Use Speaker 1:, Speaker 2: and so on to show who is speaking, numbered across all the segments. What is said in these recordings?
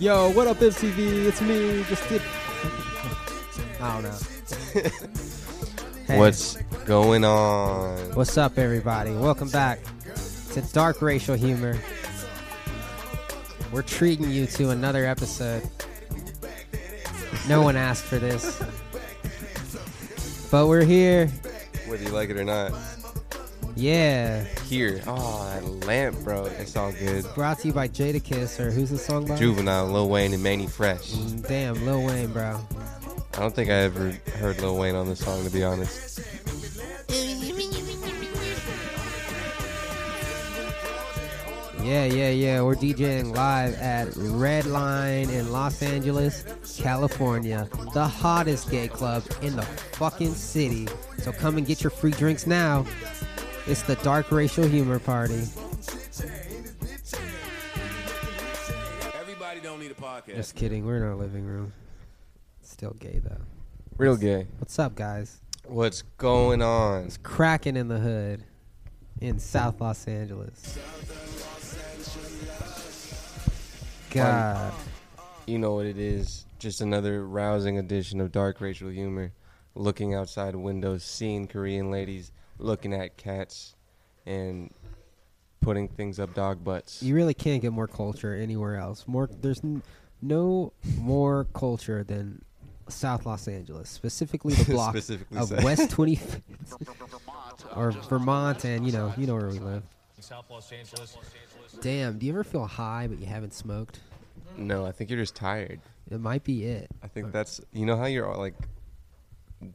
Speaker 1: Yo, what up, MCV? It's me. Just did. I don't know. Hey,
Speaker 2: What's going on?
Speaker 1: what's up, everybody? Welcome back to Dark Racial Humor. We're treating you to another episode. No one asked for this, but we're here.
Speaker 2: Whether you like it or not,
Speaker 1: Yeah,
Speaker 2: here. Oh, that lamp, bro. It's all good.
Speaker 1: brought to you by Jada Kiss or who's the song by?
Speaker 2: Juvenile, Lil Wayne, and Manny Fresh.
Speaker 1: Mm, Damn, Lil Wayne, bro.
Speaker 2: I don't think I ever heard Lil Wayne on this song, to be honest.
Speaker 1: Yeah, yeah, yeah. We're DJing live at Redline in Los Angeles, California, the hottest gay club in the fucking city. So come and get your free drinks now. It's the Dark Racial Humor Party.
Speaker 3: Everybody don't need a podcast.
Speaker 1: Just kidding. We're in our living room. Still gay though.
Speaker 2: Real gay.
Speaker 1: What's up, guys?
Speaker 2: What's going on?
Speaker 1: It's cracking in the hood in South Los Angeles. God.
Speaker 2: You know what it is. Just another rousing edition of dark racial humor. Looking outside windows, seeing Korean ladies, looking at cats, and putting things up dog butts.
Speaker 1: you really can't get more culture anywhere else. More there's n- no more culture than South Los Angeles, specifically the block
Speaker 2: Specifically
Speaker 1: of
Speaker 2: so.
Speaker 1: West 25th or Vermont, and you know you know where we live.
Speaker 4: South Los Angeles.
Speaker 1: Damn, do you ever feel high but you haven't smoked?
Speaker 2: No, I think you're just tired.
Speaker 1: It might be it.
Speaker 2: I think that's you know how you're all like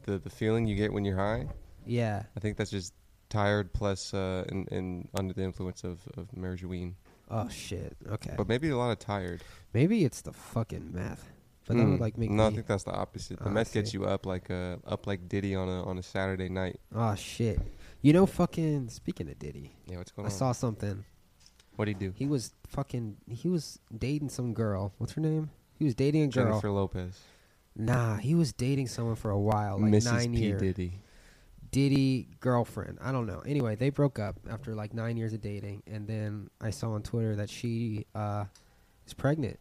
Speaker 2: the the feeling you get when you're high.
Speaker 1: Yeah.
Speaker 2: I think that's just tired plus uh and, and under the influence of of marijuana.
Speaker 1: Oh shit. Okay.
Speaker 2: But maybe a lot of tired.
Speaker 1: Maybe it's the fucking meth, but that
Speaker 2: Mm.
Speaker 1: would like make
Speaker 2: no, I
Speaker 1: me.
Speaker 2: think that's the opposite. The
Speaker 1: Oh, I
Speaker 2: meth gets
Speaker 1: see.
Speaker 2: you up like uh up like Diddy on a on a Saturday night.
Speaker 1: oh shit. You know, fucking. Speaking of Diddy,
Speaker 2: Yeah, what's going
Speaker 1: I
Speaker 2: on?
Speaker 1: saw something.
Speaker 2: what do you do?
Speaker 1: He was fucking. He was dating some girl. What's her name? He was dating a girl.
Speaker 2: Jennifer Lopez,
Speaker 1: Nah, he was dating someone for a while, Oh, like
Speaker 2: Mrs.
Speaker 1: nine
Speaker 2: P
Speaker 1: years.
Speaker 2: Diddy.
Speaker 1: Diddy girlfriend. I don't know. Anyway, they broke up after like nine years of dating, and then I saw on Twitter that she uh, is pregnant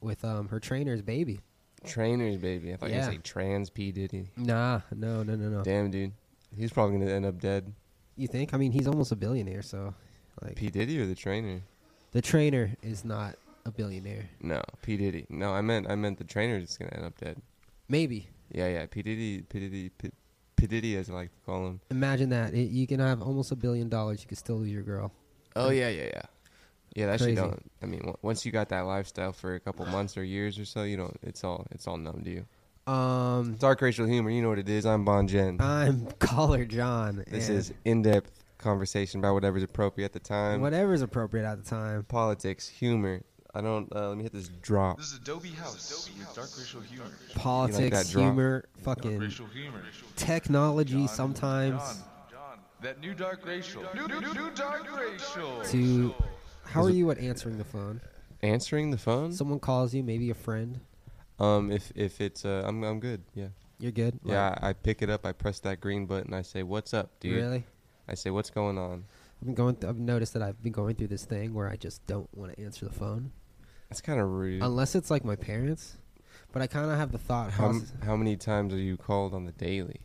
Speaker 1: with um, her trainer's baby.
Speaker 2: Trainers, baby. I thought you
Speaker 1: Yeah. Uh-huh.
Speaker 2: were gonna say trans P Diddy.
Speaker 1: Nah, no, no, no, no.
Speaker 2: Damn, dude, he's probably gonna end up dead.
Speaker 1: You think? I mean, he's almost a billionaire, so like
Speaker 2: P Diddy or the trainer?
Speaker 1: the trainer is not a billionaire.
Speaker 2: No, P Diddy. No, I meant I meant the trainer is gonna end up dead.
Speaker 1: Maybe.
Speaker 2: Yeah, yeah. P Diddy, P Diddy, P, P Diddy, as I like to call him.
Speaker 1: Imagine that. It, you can have almost a billion dollars. You can still lose your girl.
Speaker 2: Oh yeah, yeah, yeah. Yeah, that
Speaker 1: Crazy.
Speaker 2: shit don't. I mean, w- once you got that lifestyle for a couple months or years or so, you don't. It's all. It's all numb to you.
Speaker 1: Um,
Speaker 2: Dark racial humor. You know what it is. I'm Bon Jen.
Speaker 1: I'm Caller John.
Speaker 2: this
Speaker 1: and
Speaker 2: is in-depth conversation about whatever's appropriate at the time.
Speaker 1: whatever's appropriate at the time.
Speaker 2: Politics, humor. I don't. Uh, let me hit this drop.
Speaker 3: This is Adobe House with dark racial humor.
Speaker 1: politics,
Speaker 2: that drop?
Speaker 1: humor, fucking
Speaker 3: Racial humor.
Speaker 1: technology sometimes
Speaker 3: That new dark racial. New, new, new dark racial.
Speaker 1: to how are you at answering the phone?
Speaker 2: Answering the phone.
Speaker 1: Someone calls you, maybe a friend.
Speaker 2: um, if if it's uh, I'm I'm good. Yeah.
Speaker 1: You're good. Like,
Speaker 2: Yeah. I, I pick it up. I press that green button. I say, "What's up, dude?"
Speaker 1: really.
Speaker 2: I say, "What's going on?"
Speaker 1: I've been going. Th- I've noticed that I've been going through this thing where I just don't want to answer the phone
Speaker 2: That's kind of rude.
Speaker 1: unless it's like my parents. But I kind of have the thought,
Speaker 2: How,
Speaker 1: how's,
Speaker 2: m- how many times are you called on the daily?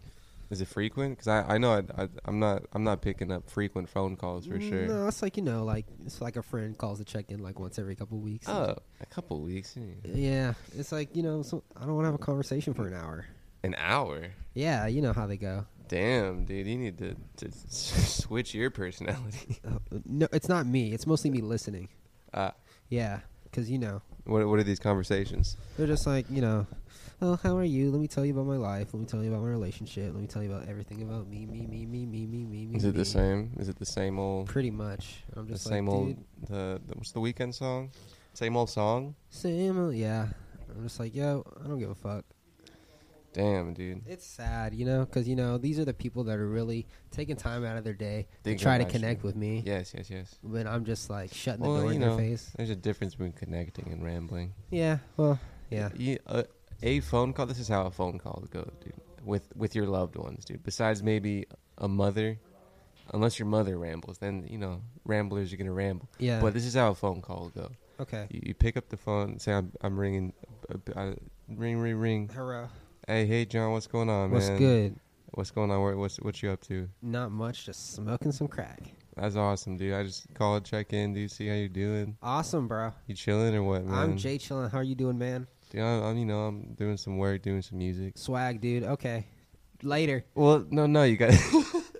Speaker 2: Is it frequent? Because I, I know I, I, I'm not I'm not picking up frequent phone calls for sure.
Speaker 1: No, it's like you know, like it's like a friend calls to check in like once every couple weeks.
Speaker 2: Oh, a couple weeks, yeah.
Speaker 1: Yeah, it's like you know, so I don't want to have a conversation for an hour.
Speaker 2: an hour.
Speaker 1: Yeah, you know how they go.
Speaker 2: Damn, dude, you need to, to s- switch your personality.
Speaker 1: Uh, no, it's not me. It's mostly me listening.
Speaker 2: Uh,
Speaker 1: Yeah, because you know
Speaker 2: what what are these conversations?
Speaker 1: they're just like you know, oh how are you? Let me tell you about my life. Let me tell you about my relationship. Let me tell you about everything about me, me, me, me, me, me, me, me.
Speaker 2: Is it
Speaker 1: me."
Speaker 2: the same? Is it the same old
Speaker 1: Pretty much. I'm
Speaker 2: the
Speaker 1: just like
Speaker 2: same old
Speaker 1: dude,
Speaker 2: the, the what's the weekend song? Same old song.
Speaker 1: same old. Yeah, I'm just like yo, I don't give a fuck.
Speaker 2: Damn, dude.
Speaker 1: It's sad, you know, because you know these are the people that are really taking time out of their day
Speaker 2: Thinking
Speaker 1: to try to
Speaker 2: about you.
Speaker 1: connect with me.
Speaker 2: Yes, yes, yes.
Speaker 1: When I'm just like shutting
Speaker 2: Well,
Speaker 1: the door
Speaker 2: you
Speaker 1: in
Speaker 2: know.
Speaker 1: their face.
Speaker 2: There's a difference between connecting and rambling.
Speaker 1: Yeah. Well. Yeah.
Speaker 2: You, uh, a phone call. This is how a phone call goes, dude. With with your loved ones, dude. Besides maybe a mother, unless your mother rambles, then you know ramblers are gonna ramble.
Speaker 1: Yeah.
Speaker 2: But this is how a phone call will go.
Speaker 1: Okay.
Speaker 2: You, you pick up the phone and say, I'm, I'm ringing. I, ring, ring, ring.
Speaker 1: Hello.
Speaker 2: Hey, hey, John, what's going on,
Speaker 1: What's
Speaker 2: man?
Speaker 1: good?
Speaker 2: What's going on? Where- What's, what you up to?
Speaker 1: Not much. Just smoking some crack.
Speaker 2: That's awesome, dude. I just called, check in, dude, see how you doing.
Speaker 1: Awesome, bro.
Speaker 2: You chilling or what, man?
Speaker 1: I'm Jay chilling. How are you doing, man?
Speaker 2: Dude, I'm, I'm, you know, I'm doing some work, doing some music.
Speaker 1: Swag, dude. Okay. Later.
Speaker 2: Well, no, no, you got.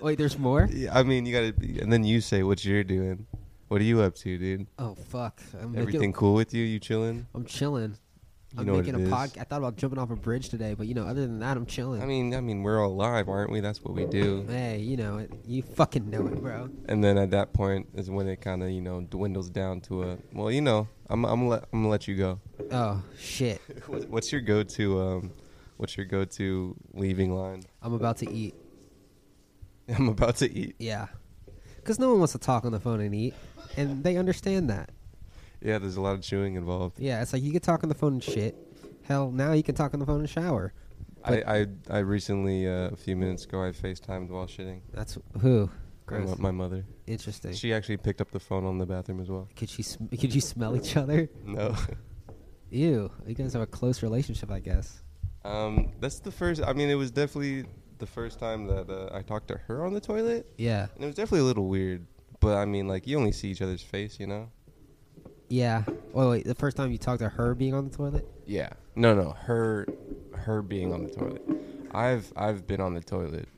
Speaker 1: Wait, there's more?
Speaker 2: I mean, you got to, and then you say what you're doing. What are you up to, dude?
Speaker 1: Oh fuck. I'm making-
Speaker 2: Everything cool with you? You chilling?
Speaker 1: I'm chilling. I'm
Speaker 2: know what
Speaker 1: making
Speaker 2: it
Speaker 1: a
Speaker 2: is.
Speaker 1: podcast. I thought about jumping off a bridge today, but you know, other than that, I'm chilling.
Speaker 2: I mean, I mean, we're all alive, aren't we? That's what we do.
Speaker 1: hey, you know it. You fucking know it, bro.
Speaker 2: And then at that point is when it kind of, you know, dwindles down to a. Well, you know, I'm, I'm, let, I'm gonna let you go.
Speaker 1: Oh shit.
Speaker 2: What- What's your go-to? Um, what's your go-to leaving line?
Speaker 1: I'm about to eat.
Speaker 2: I'm about to eat.
Speaker 1: Yeah. Cause no one wants to talk on the phone and eat, and they understand that.
Speaker 2: Yeah, there's a lot of chewing involved.
Speaker 1: Yeah, it's like you can talk on the phone and shit. Hell, now you can talk on the phone and shower.
Speaker 2: I, I, I recently uh, a few minutes ago I FaceTimed while shitting.
Speaker 1: That's who.
Speaker 2: My
Speaker 1: Gross.
Speaker 2: mo- My mother.
Speaker 1: Interesting.
Speaker 2: She actually picked up the phone on the bathroom as well.
Speaker 1: could she? Sm- could you smell each other?
Speaker 2: No.
Speaker 1: Ew. You guys have a close relationship, I guess.
Speaker 2: um, that's the first. I mean, it was definitely the first time that uh, I talked to her on the toilet,
Speaker 1: Yeah.
Speaker 2: and it was definitely a little weird. But I mean, like you only see each other's face, you know?
Speaker 1: Yeah. Oh wait, the first time you talked to her being on the toilet.
Speaker 2: Yeah. No, no. Her, her being on the toilet. I've I've been on the toilet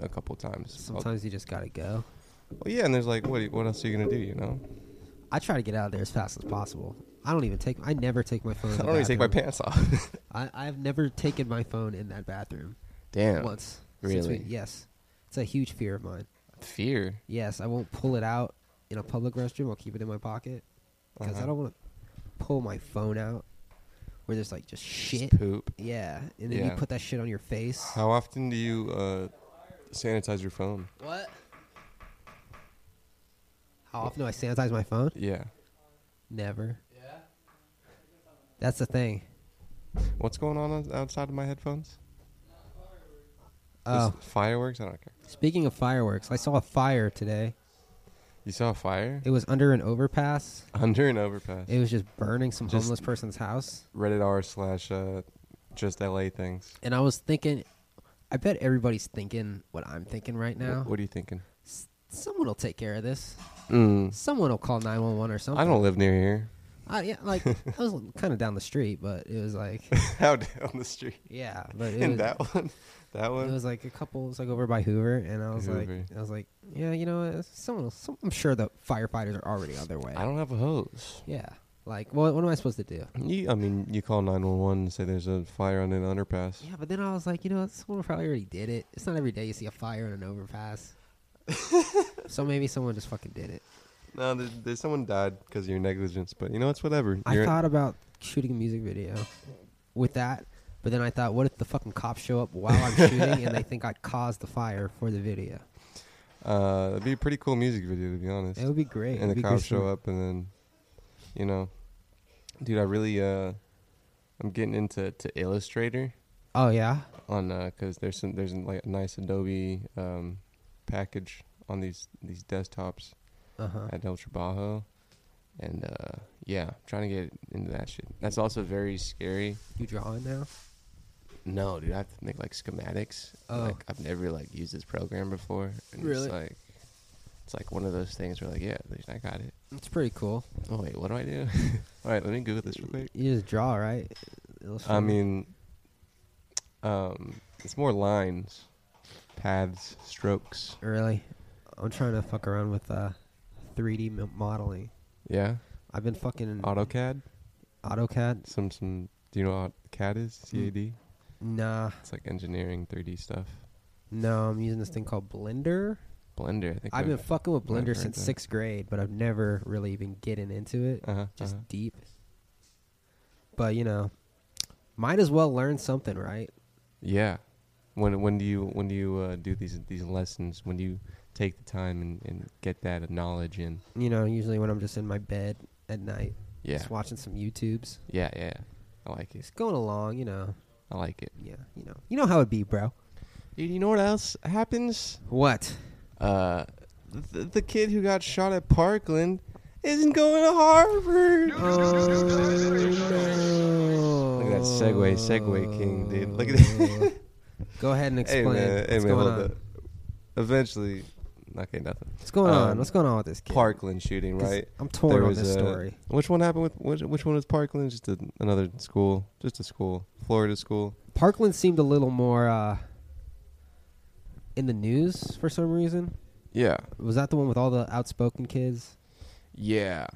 Speaker 2: a couple times.
Speaker 1: Sometimes you just gotta go.
Speaker 2: Well, yeah, and there's like, what what else are you gonna do? You know?
Speaker 1: I try to get out of there as fast as possible. I don't even take. I never take my phone. In the
Speaker 2: I don't even take my
Speaker 1: bathroom.
Speaker 2: pants off.
Speaker 1: I, I've never taken my phone in that bathroom
Speaker 2: Damn.
Speaker 1: once. since we-
Speaker 2: Really?
Speaker 1: yes. It's a huge fear of mine.
Speaker 2: Fear.
Speaker 1: Yes, I won't pull it out in a public restroom. I'll keep it in my pocket because I
Speaker 2: Uh-huh.
Speaker 1: don't want to pull my phone out where there's like just shit.
Speaker 2: Just poop.
Speaker 1: Yeah, and then you
Speaker 2: Yeah.
Speaker 1: put that shit on your face.
Speaker 2: How often do you uh, sanitize your phone?
Speaker 1: What? How often do I sanitize my phone?
Speaker 2: Yeah.
Speaker 1: Never. Yeah. That's the thing.
Speaker 2: What's going on outs- outside of my headphones? There's
Speaker 1: Oh,
Speaker 2: Fireworks? I don't care.
Speaker 1: speaking of fireworks, I saw a fire today.
Speaker 2: You saw a fire?
Speaker 1: It was under an overpass.
Speaker 2: Under an overpass.
Speaker 1: It was just burning some
Speaker 2: Just-
Speaker 1: homeless person's house,
Speaker 2: Reddit r slash uh, just LA things.
Speaker 1: and I was thinking, I bet everybody's thinking what I'm thinking right
Speaker 2: Wh-
Speaker 1: now.
Speaker 2: What, are you thinking?
Speaker 1: S- Someone will take care of this.
Speaker 2: Mm.
Speaker 1: Someone will call 911 or something.
Speaker 2: I don't live near here.
Speaker 1: I, yeah, like I was kind of down the street, but it was like,
Speaker 2: How down the street?
Speaker 1: yeah, but it
Speaker 2: And
Speaker 1: was,
Speaker 2: that one? That
Speaker 1: It
Speaker 2: one?
Speaker 1: was like a couple. It was like over by Hoover, and I was
Speaker 2: Hoover.
Speaker 1: like, I was like, yeah, you know, what, someone. Else, some, I'm sure the firefighters are already on their way.
Speaker 2: I don't have a hose.
Speaker 1: Yeah, like, well, what am I supposed to do?
Speaker 2: You, I mean, you call 911 and say there's a fire on an underpass.
Speaker 1: Yeah, but then I was like, you know, what, someone probably already did it. It's not every day you see a fire in an overpass. so maybe someone just fucking did it.
Speaker 2: No, there's, there's someone died because of your negligence, but you know, it's whatever.
Speaker 1: I
Speaker 2: You're-
Speaker 1: thought about shooting a music video with that, but then I thought, what if the fucking cops show up while I'm shooting and they think I caused the fire for the video?
Speaker 2: Uh, it'd be a pretty cool music video, to be honest.
Speaker 1: It would be great.
Speaker 2: and the cops show up, and then, you know, dude, I really, uh, I'm getting into to Illustrator
Speaker 1: Oh yeah,
Speaker 2: on uh 'cause there's some there's like a nice Adobe um package on these these desktops
Speaker 1: uh huh.
Speaker 2: at El Trabajo, and uh, yeah, I'm trying to get into that shit. That's also very scary.
Speaker 1: You drawing now?
Speaker 2: No, dude, I have to make like schematics. and,
Speaker 1: Oh.
Speaker 2: Like I've never like used this program before. And
Speaker 1: Really?
Speaker 2: It's like it's like one of those things where like, yeah, dude, I got it.
Speaker 1: It's pretty cool.
Speaker 2: Oh wait, what do I do? All right, let me Google this real quick.
Speaker 1: You just draw, right?
Speaker 2: I
Speaker 1: Illustrator.
Speaker 2: mean, um, it's more lines, paths, strokes.
Speaker 1: really, I'm trying to fuck around with uh, 3D m- modeling.
Speaker 2: Yeah,
Speaker 1: I've been fucking
Speaker 2: AutoCAD.
Speaker 1: AutoCAD.
Speaker 2: Some some. Do you know what CAD is? C A D.
Speaker 1: Nah,
Speaker 2: It's like engineering 3D stuff.
Speaker 1: no, I'm using this thing called Blender.
Speaker 2: Blender. I think.
Speaker 1: I've been fucking with
Speaker 2: I've
Speaker 1: Blender
Speaker 2: heard
Speaker 1: since
Speaker 2: that.
Speaker 1: sixth grade, but I've never really been getting into it,
Speaker 2: Uh huh.
Speaker 1: just
Speaker 2: uh
Speaker 1: deep. But you know, might as well learn something, right?
Speaker 2: Yeah. When when do you when do you uh, do these these lessons? When do you take the time and, and get that knowledge in?
Speaker 1: You know, usually when I'm just in my bed at night,
Speaker 2: Yeah.
Speaker 1: just watching some YouTubes,
Speaker 2: Yeah. Yeah. I like it.
Speaker 1: just going along. You know,
Speaker 2: I like it.
Speaker 1: yeah, you know, you know how it be, bro.
Speaker 2: Dude, you know what else happens?
Speaker 1: What?
Speaker 2: Uh, th- the kid who got shot at Parkland isn't going to Harvard.
Speaker 1: Oh,
Speaker 2: Look at that segue, segue king, dude. Look at that.
Speaker 1: Go ahead and
Speaker 2: hey
Speaker 1: explain
Speaker 2: man, hey
Speaker 1: what's,
Speaker 2: man,
Speaker 1: going
Speaker 2: hold
Speaker 1: on?
Speaker 2: up. Eventually, okay, nothing.
Speaker 1: what's going
Speaker 2: Um,
Speaker 1: on. What's going on with this kid?
Speaker 2: Parkland shooting,
Speaker 1: 'Cause
Speaker 2: right?
Speaker 1: I'm torn on
Speaker 2: was
Speaker 1: this
Speaker 2: a-
Speaker 1: story.
Speaker 2: Which one happened with which? Which one was Parkland? Just a, another school, just a school, Florida school.
Speaker 1: Parkland seemed a little more uh, in the news for some reason.
Speaker 2: Yeah,
Speaker 1: Was that the one with all the outspoken kids?
Speaker 2: yeah.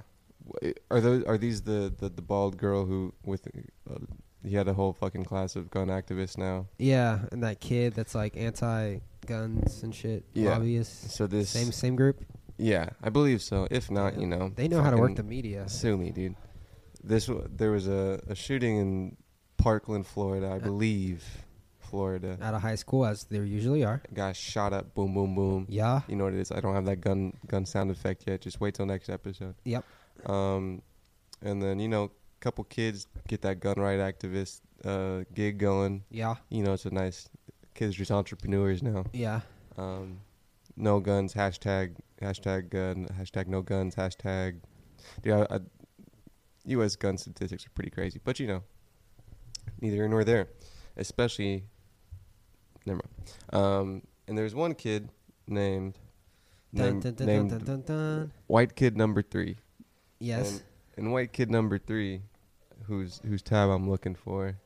Speaker 2: W- Are those are these the the, the bald girl who with uh, he had a whole fucking class of gun activists now?
Speaker 1: Yeah, and that kid that's like anti-guns and shit.
Speaker 2: Yeah.
Speaker 1: Lobbyists.
Speaker 2: So this
Speaker 1: Same same group.
Speaker 2: Yeah, I believe so. If not, you know,
Speaker 1: They know how to work
Speaker 2: fucking
Speaker 1: the media.
Speaker 2: Sue me, dude. This w- there was a, a shooting in Parkland, Florida,
Speaker 1: Uh.
Speaker 2: I believe, Florida.
Speaker 1: Out of high school, as they usually are.
Speaker 2: Guy shot up, boom, boom, boom.
Speaker 1: Yeah.
Speaker 2: You know what it is. I don't have that gun gun sound effect yet. Just wait till next episode.
Speaker 1: Yep.
Speaker 2: Um, and then you know, a couple kids get that gun right activist uh, gig going.
Speaker 1: Yeah.
Speaker 2: You know, it's a nice kids are just entrepreneurs now.
Speaker 1: Yeah.
Speaker 2: Um, no guns. Hashtag hashtag gun. Hashtag no guns. Hashtag. Dude, I, I, U.S. gun statistics are pretty crazy, but you know, neither here nor there. Especially, never mind. Um, and there's one kid named
Speaker 1: Dun,
Speaker 2: named,
Speaker 1: dun, dun, dun,
Speaker 2: named
Speaker 1: dun, dun, dun.
Speaker 2: White Kid Number Three.
Speaker 1: Yes.
Speaker 2: And, and White Kid Number Three, whose whose tab I'm looking for,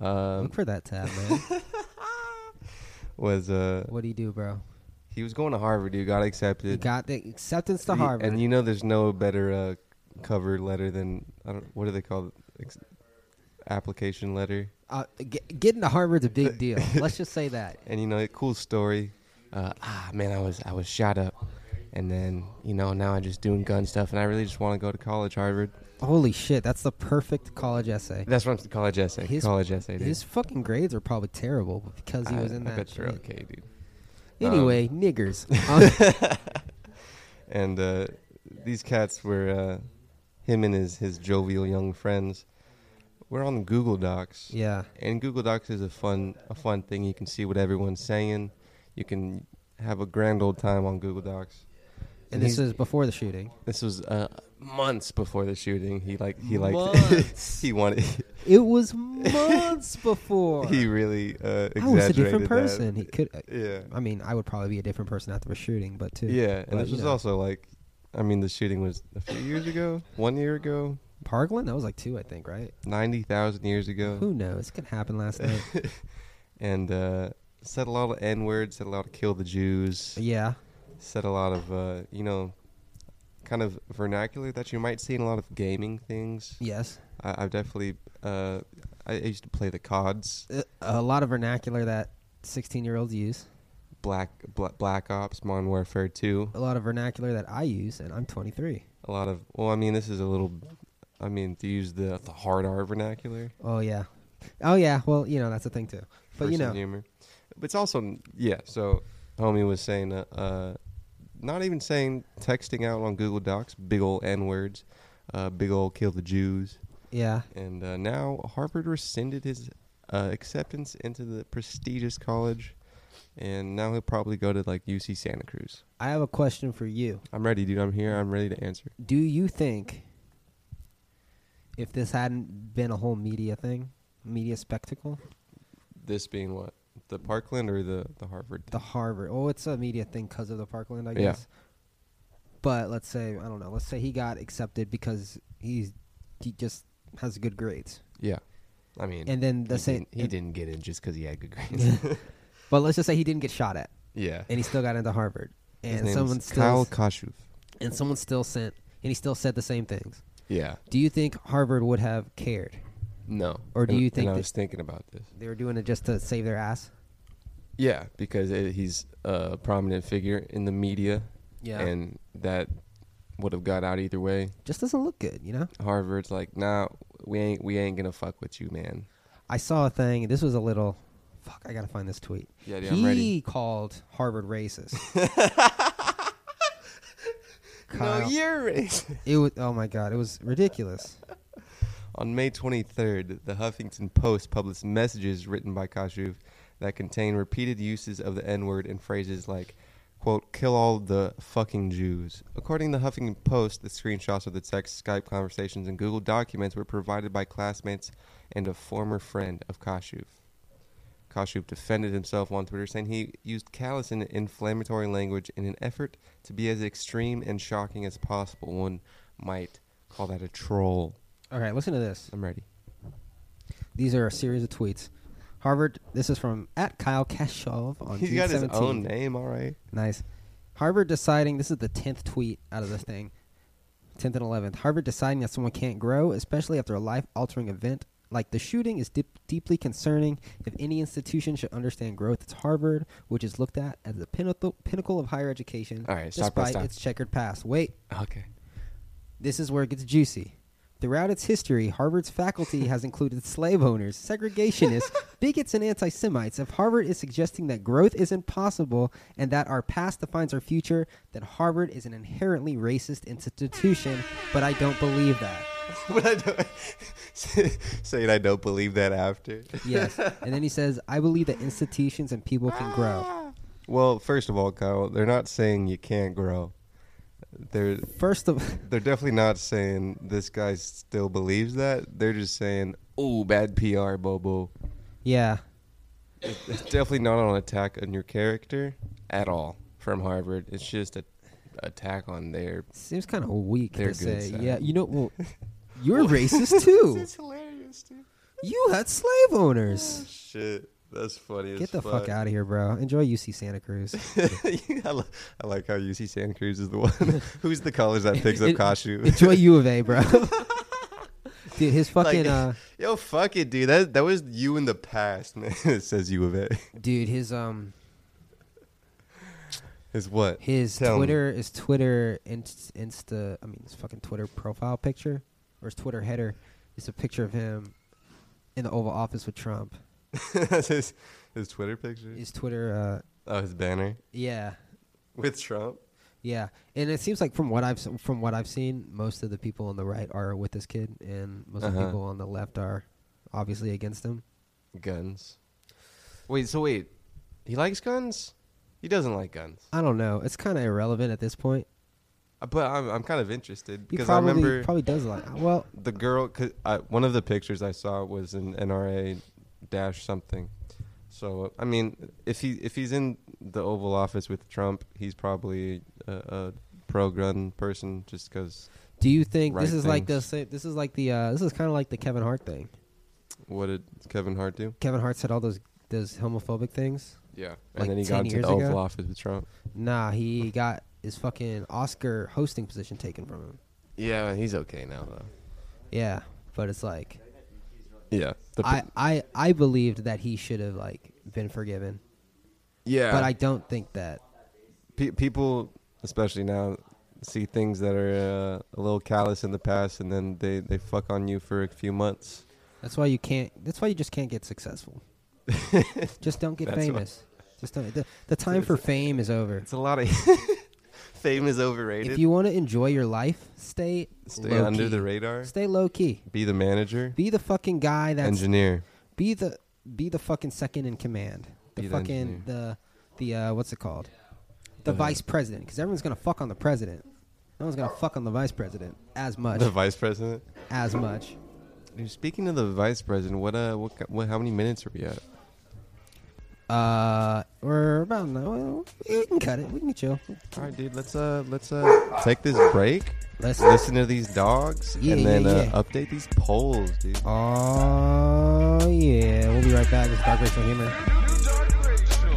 Speaker 2: um,
Speaker 1: Look for that tab, man.
Speaker 2: was uh
Speaker 1: what do you do, bro?
Speaker 2: he was going to Harvard. He got accepted.
Speaker 1: You got the acceptance to
Speaker 2: Y-
Speaker 1: Harvard.
Speaker 2: And you know, there's no better uh, cover letter than I don't. What do they call it? Ex- application letter.
Speaker 1: uh, get, getting to Harvard's a big deal. Let's just say that.
Speaker 2: And you know, a cool story. Uh, ah, man, I was I was shot up, and then you know now I'm just doing gun stuff, and I really just want to go to college, Harvard.
Speaker 1: Holy shit, that's the perfect college essay.
Speaker 2: That's from college essay.
Speaker 1: His-
Speaker 2: college essay. Dude.
Speaker 1: His fucking grades are probably terrible but because he
Speaker 2: I-
Speaker 1: was in
Speaker 2: I
Speaker 1: that.
Speaker 2: bet
Speaker 1: shit.
Speaker 2: you're okay, Um, dude.
Speaker 1: Anyway, niggers. Uh,
Speaker 2: and uh, these cats were uh, him and his his jovial young friends. We're on Google Docs.
Speaker 1: yeah,
Speaker 2: And Google Docs is a fun a fun thing. You can see what everyone's saying. You can have a grand old time on Google Docs.
Speaker 1: and this
Speaker 2: he's-
Speaker 1: is before the shooting.
Speaker 2: this was uh, months before the shooting. He like he like
Speaker 1: Months.
Speaker 2: he wanted
Speaker 1: It was months before.
Speaker 2: he really uh, exaggerated
Speaker 1: I was a different
Speaker 2: that.
Speaker 1: person. He could.
Speaker 2: Yeah,
Speaker 1: I mean, I would probably be a different person after a shooting, but too.
Speaker 2: yeah. And
Speaker 1: But,
Speaker 2: this
Speaker 1: you
Speaker 2: was
Speaker 1: know.
Speaker 2: also like, I mean, the shooting was a few years ago, one year ago,
Speaker 1: Parkland. That was like two, I think, right?
Speaker 2: ninety thousand years ago,
Speaker 1: Who knows? It could happen last night.
Speaker 2: and uh, said a lot of n words, said a lot of kill the Jews.
Speaker 1: yeah.
Speaker 2: said a lot of uh, you know kind of vernacular that you might see in a lot of gaming things
Speaker 1: Yes.
Speaker 2: I, i've definitely uh, I, I used to play the cods
Speaker 1: Uh, a lot of vernacular that 16-year-olds use.
Speaker 2: black Bla black ops modern warfare 2
Speaker 1: A lot of vernacular that I use, and I'm 23.
Speaker 2: a lot of well i mean this is a little i mean to use the, the hard r vernacular
Speaker 1: Oh yeah. Oh yeah. Well, you know that's a thing too. But
Speaker 2: for
Speaker 1: you
Speaker 2: some
Speaker 1: know,
Speaker 2: humor but it's also yeah so homie was saying uh, uh, not even saying texting out on google docs big ol' n words uh, big ol' kill the jews
Speaker 1: yeah.
Speaker 2: And uh, now Harvard rescinded his uh, acceptance into the prestigious college, and now he'll probably go to like UC Santa Cruz.
Speaker 1: I have a question for you.
Speaker 2: I'm ready, dude. I'm here. I'm ready to answer.
Speaker 1: Do you think if this hadn't been a whole media thing, media spectacle,
Speaker 2: This being what the Parkland or the the Harvard?
Speaker 1: the Harvard? Oh, it's a media thing because of the Parkland, I
Speaker 2: Yeah.
Speaker 1: guess. But let's say I don't know. Let's say he got accepted because he's he just has good grades,
Speaker 2: yeah, I mean,
Speaker 1: and then the
Speaker 2: he,
Speaker 1: same.
Speaker 2: didn't, he didn't get in just because he had good grades.
Speaker 1: But let's just say he didn't get shot at,
Speaker 2: yeah,
Speaker 1: and he still got into Harvard,
Speaker 2: His
Speaker 1: and
Speaker 2: name
Speaker 1: someone
Speaker 2: is
Speaker 1: still
Speaker 2: Kyle Kashuv.
Speaker 1: and someone still sent and he still said the same things.
Speaker 2: Yeah,
Speaker 1: Do you think Harvard would have cared?
Speaker 2: no.
Speaker 1: Or do
Speaker 2: And-
Speaker 1: you
Speaker 2: and
Speaker 1: think
Speaker 2: I
Speaker 1: that-
Speaker 2: was thinking about this?
Speaker 1: They were doing it just to save their ass.
Speaker 2: Yeah, because it, he's a prominent figure in the media.
Speaker 1: Yeah.
Speaker 2: and that would have got out either way.
Speaker 1: Just doesn't look good, you know.
Speaker 2: Harvard's like, nah, we ain't we ain't gonna fuck with you, man.
Speaker 1: I saw a thing. This was a little. Fuck! I gotta find this tweet.
Speaker 2: Yeah, dude,
Speaker 1: he
Speaker 2: I'm ready.
Speaker 1: called Harvard racist. Kyle-
Speaker 2: you're racist.
Speaker 1: it was. Oh my god! It was ridiculous.
Speaker 2: On May 23rd, the Huffington Post published messages written by Kashuv that contain repeated uses of the N word and phrases like quote, kill all the fucking Jews. According to Huffington Post, the screenshots of the text, Skype conversations, and Google documents were provided by classmates and a former friend of Kashuf. Kashuf defended himself on Twitter, saying he used callous and inflammatory language in an effort to be as extreme and shocking as possible. One might call that a troll.
Speaker 1: All right, listen to this.
Speaker 2: I'm ready.
Speaker 1: These are a series of tweets. Harvard, this is from at Kyle Kashov on
Speaker 2: He's
Speaker 1: June
Speaker 2: got
Speaker 1: 17th.
Speaker 2: his own name, all right.
Speaker 1: Nice. Harvard deciding this is the tenth tweet out of this thing. Tenth and eleventh. Harvard deciding that someone can't grow, especially after a life-altering event like the shooting, is dip- deeply concerning. If any institution should understand growth, it's Harvard, which is looked at as the pinnacle pinnacle of higher education,
Speaker 2: All right,
Speaker 1: despite
Speaker 2: stop, bro, stop.
Speaker 1: its checkered past. Wait,
Speaker 2: Okay.
Speaker 1: this is where it gets juicy. Throughout its history, Harvard's faculty has included slave owners, segregationists, bigots, and anti Semites. If Harvard is suggesting that growth is impossible and that our past defines our future, then Harvard is an inherently racist institution, but I don't believe that.
Speaker 2: but I don't, saying I don't believe that after.
Speaker 1: Yes. And then he says, I believe that institutions and people can
Speaker 2: Ah.
Speaker 1: grow.
Speaker 2: Well, first of all, Kyle, they're not saying you can't grow. They're
Speaker 1: First of
Speaker 2: they're definitely not saying this guy still believes that. They're just saying, "Oh, bad PR, Bobo."
Speaker 1: yeah.
Speaker 2: It's definitely not an attack on your character at all from Harvard. It's just a attack on their.
Speaker 1: Seems kind of weak
Speaker 2: They're
Speaker 1: to
Speaker 2: good
Speaker 1: say.
Speaker 2: side.
Speaker 1: Yeah. You know, well, you're racist too.
Speaker 2: hilarious, dude.
Speaker 1: You had slave owners.
Speaker 2: Shit, that's funny. as
Speaker 1: Get the fuck out of here, bro. Enjoy UC Santa Cruz.
Speaker 2: I, li- I like how UC Santa Cruz is the one. Who's the college that picks up
Speaker 1: It-
Speaker 2: Kashu?
Speaker 1: Enjoy U of A, bro. Dude, his fucking
Speaker 2: Like,
Speaker 1: uh,
Speaker 2: yo, fuck it, dude. That that was you in the past, man. it says you of it.
Speaker 1: dude, his um,
Speaker 2: Is what
Speaker 1: his
Speaker 2: Tell me.
Speaker 1: Twitter is Twitter inst- Insta. I mean, his fucking Twitter profile picture or his Twitter header is a picture of him in the Oval Office with Trump.
Speaker 2: That's his his Twitter picture.
Speaker 1: His Twitter, uh,
Speaker 2: Oh, his banner
Speaker 1: yeah,
Speaker 2: with Trump.
Speaker 1: yeah, and it seems like from what I've s- from what I've seen, most of the people on the right are with this kid, and most of the
Speaker 2: Uh-huh.
Speaker 1: people on the left are obviously against him.
Speaker 2: Guns. Wait, so wait, he likes guns. He doesn't like guns.
Speaker 1: I don't know. It's kind of irrelevant at this point.
Speaker 2: Uh, But I'm I'm kind of interested
Speaker 1: He
Speaker 2: because
Speaker 1: probably
Speaker 2: I remember
Speaker 1: probably does like. Well,
Speaker 2: the girl. Cause I, one of the pictures I saw was an NRA dash something. So I mean, if he if he's in the Oval Office with Trump, he's probably a, a pro gun person just because.
Speaker 1: do you think
Speaker 2: Right
Speaker 1: this is like the
Speaker 2: things.
Speaker 1: same? This is like the uh, this is kind of like the Kevin Hart thing.
Speaker 2: What did Kevin Hart do?
Speaker 1: Kevin Hart said all those those homophobic things.
Speaker 2: Yeah, and
Speaker 1: Like
Speaker 2: then he
Speaker 1: 10
Speaker 2: got into
Speaker 1: years
Speaker 2: the Oval
Speaker 1: ago?
Speaker 2: Office with Trump.
Speaker 1: Nah, he got his fucking Oscar hosting position taken from him.
Speaker 2: Yeah, he's okay now though.
Speaker 1: Yeah, but it's like
Speaker 2: Yeah, the
Speaker 1: I I I believed that he should have like been forgiven,
Speaker 2: yeah,
Speaker 1: but I don't think that.
Speaker 2: pe- people, especially now, see things that are uh, a little callous in the past, and then they they fuck on you for a few months.
Speaker 1: That's why you can't. That's why you just can't get successful. just don't get
Speaker 2: That's why-
Speaker 1: famous. Just don't. The, the time for fame is over.
Speaker 2: It's a lot of fame is overrated.
Speaker 1: If you want to enjoy your life, stay
Speaker 2: Stay
Speaker 1: low
Speaker 2: under
Speaker 1: key.
Speaker 2: the radar.
Speaker 1: Stay low key.
Speaker 2: Be the manager,
Speaker 1: Be the fucking guy that's
Speaker 2: engineer.
Speaker 1: be the be the fucking second in command. The
Speaker 2: Be the
Speaker 1: fucking
Speaker 2: engineer.
Speaker 1: the the uh, what's it called? The
Speaker 2: The-
Speaker 1: vice president, because everyone's gonna fuck on the president. No one's gonna fuck on the vice president as much
Speaker 2: The vice president.
Speaker 1: as much.
Speaker 2: Dude, speaking of the vice president, what uh, what, ki- what how many minutes are we at?
Speaker 1: Uh, we're about no, we can cut it. We can chill.
Speaker 2: All right, dude, let's uh, let's uh, take this break.
Speaker 1: Let's
Speaker 2: Listen to these dogs,
Speaker 1: Yeah,
Speaker 2: and then
Speaker 1: yeah, yeah.
Speaker 2: Uh, update these polls, dude.
Speaker 1: Oh yeah, we'll be right back. It's Dark Racial Humor.
Speaker 3: New Dark Racial.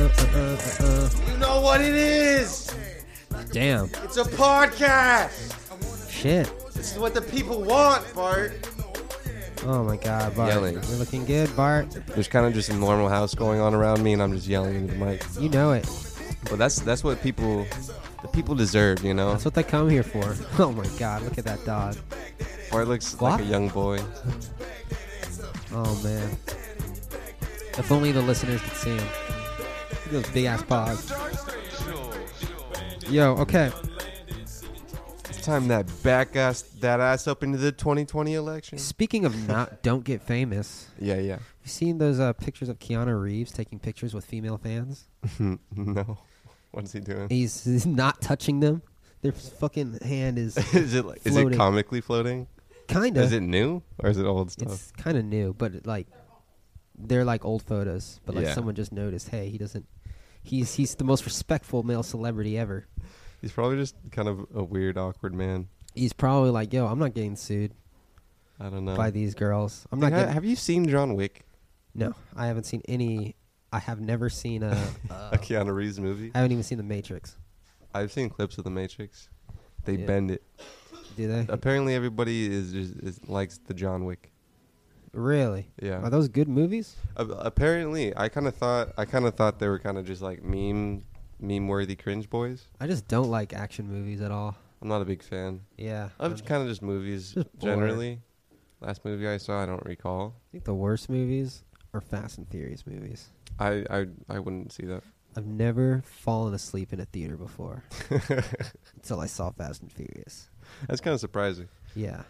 Speaker 2: You know what it is?
Speaker 1: Damn.
Speaker 2: It's a podcast.
Speaker 1: Shit.
Speaker 2: This is what the people want, Bart.
Speaker 1: Oh my god, Bart.
Speaker 2: Yelling.
Speaker 1: You're looking good, Bart.
Speaker 2: There's kind of just some normal house going on around me, and I'm just yelling into the mic.
Speaker 1: You know it.
Speaker 2: But that's that's what people, the people deserve, you know.
Speaker 1: That's what they come here for. Oh my god, look at that dog.
Speaker 2: Bart looks
Speaker 1: What?
Speaker 2: like a young boy.
Speaker 1: Oh man. If only the listeners could see him. Those big ass paws.
Speaker 3: Dark racial.
Speaker 1: Yo, okay.
Speaker 2: It's time that back ass that ass up into the 2020 election.
Speaker 1: Speaking of not, don't get famous.
Speaker 2: Yeah, yeah.
Speaker 1: You seen those uh, pictures of Keanu Reeves taking pictures with female fans?
Speaker 2: no, what's he doing?
Speaker 1: He's, he's not touching them. Their fucking hand is
Speaker 2: is it like, is it
Speaker 1: Floating.
Speaker 2: comically floating?
Speaker 1: kind of.
Speaker 2: Is it new or is it old stuff?
Speaker 1: It's kind of new, but it, like they're like old photos. But like
Speaker 2: Yeah.
Speaker 1: someone just noticed, hey, he doesn't. He's he's the most respectful male celebrity ever.
Speaker 2: He's probably just kind of a weird, awkward man.
Speaker 1: He's probably like, yo, I'm not getting sued
Speaker 2: I don't know.
Speaker 1: by these girls. I'm
Speaker 2: Dude,
Speaker 1: not
Speaker 2: ha-
Speaker 1: getting.
Speaker 2: Oh. have you seen John Wick,
Speaker 1: no, I haven't seen any. I have never seen a. uh,
Speaker 2: a Keanu Reeves movie?
Speaker 1: I haven't even seen The Matrix.
Speaker 2: I've seen clips of The Matrix. They
Speaker 1: Yeah.
Speaker 2: bend it.
Speaker 1: Do they
Speaker 2: Apparently, everybody is just is, likes the John Wick.
Speaker 1: really?
Speaker 2: Yeah.
Speaker 1: Are those good movies?
Speaker 2: A- apparently, I kind of thought I kind of thought they were kind of just like meme meme worthy cringe boys.
Speaker 1: I just don't like action movies at all.
Speaker 2: I'm not a big fan.
Speaker 1: Yeah,
Speaker 2: I'm
Speaker 1: I'm-
Speaker 2: kind of just movies
Speaker 1: Just bored.
Speaker 2: generally. Last movie I saw, I don't recall.
Speaker 1: I think the worst movies are Fast and Furious movies.
Speaker 2: I I, I wouldn't see that.
Speaker 1: I've never fallen asleep in a theater before until I saw Fast and Furious.
Speaker 2: That's kind of surprising.
Speaker 1: Yeah,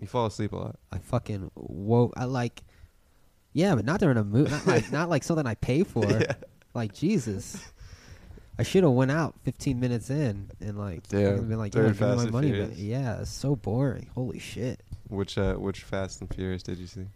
Speaker 2: You fall asleep a lot.
Speaker 1: I fucking woke. I like, yeah, but not during a movie. Not like not like something I pay for. Like Jesus, I should have went out 15 minutes in and like
Speaker 2: Yeah,
Speaker 1: fucking been like,
Speaker 2: during
Speaker 1: yeah, give me
Speaker 2: Fast
Speaker 1: my
Speaker 2: and
Speaker 1: money.
Speaker 2: Furious.
Speaker 1: back. yeah, it's so boring. Holy shit.
Speaker 2: Which uh, which Fast and Furious did you see?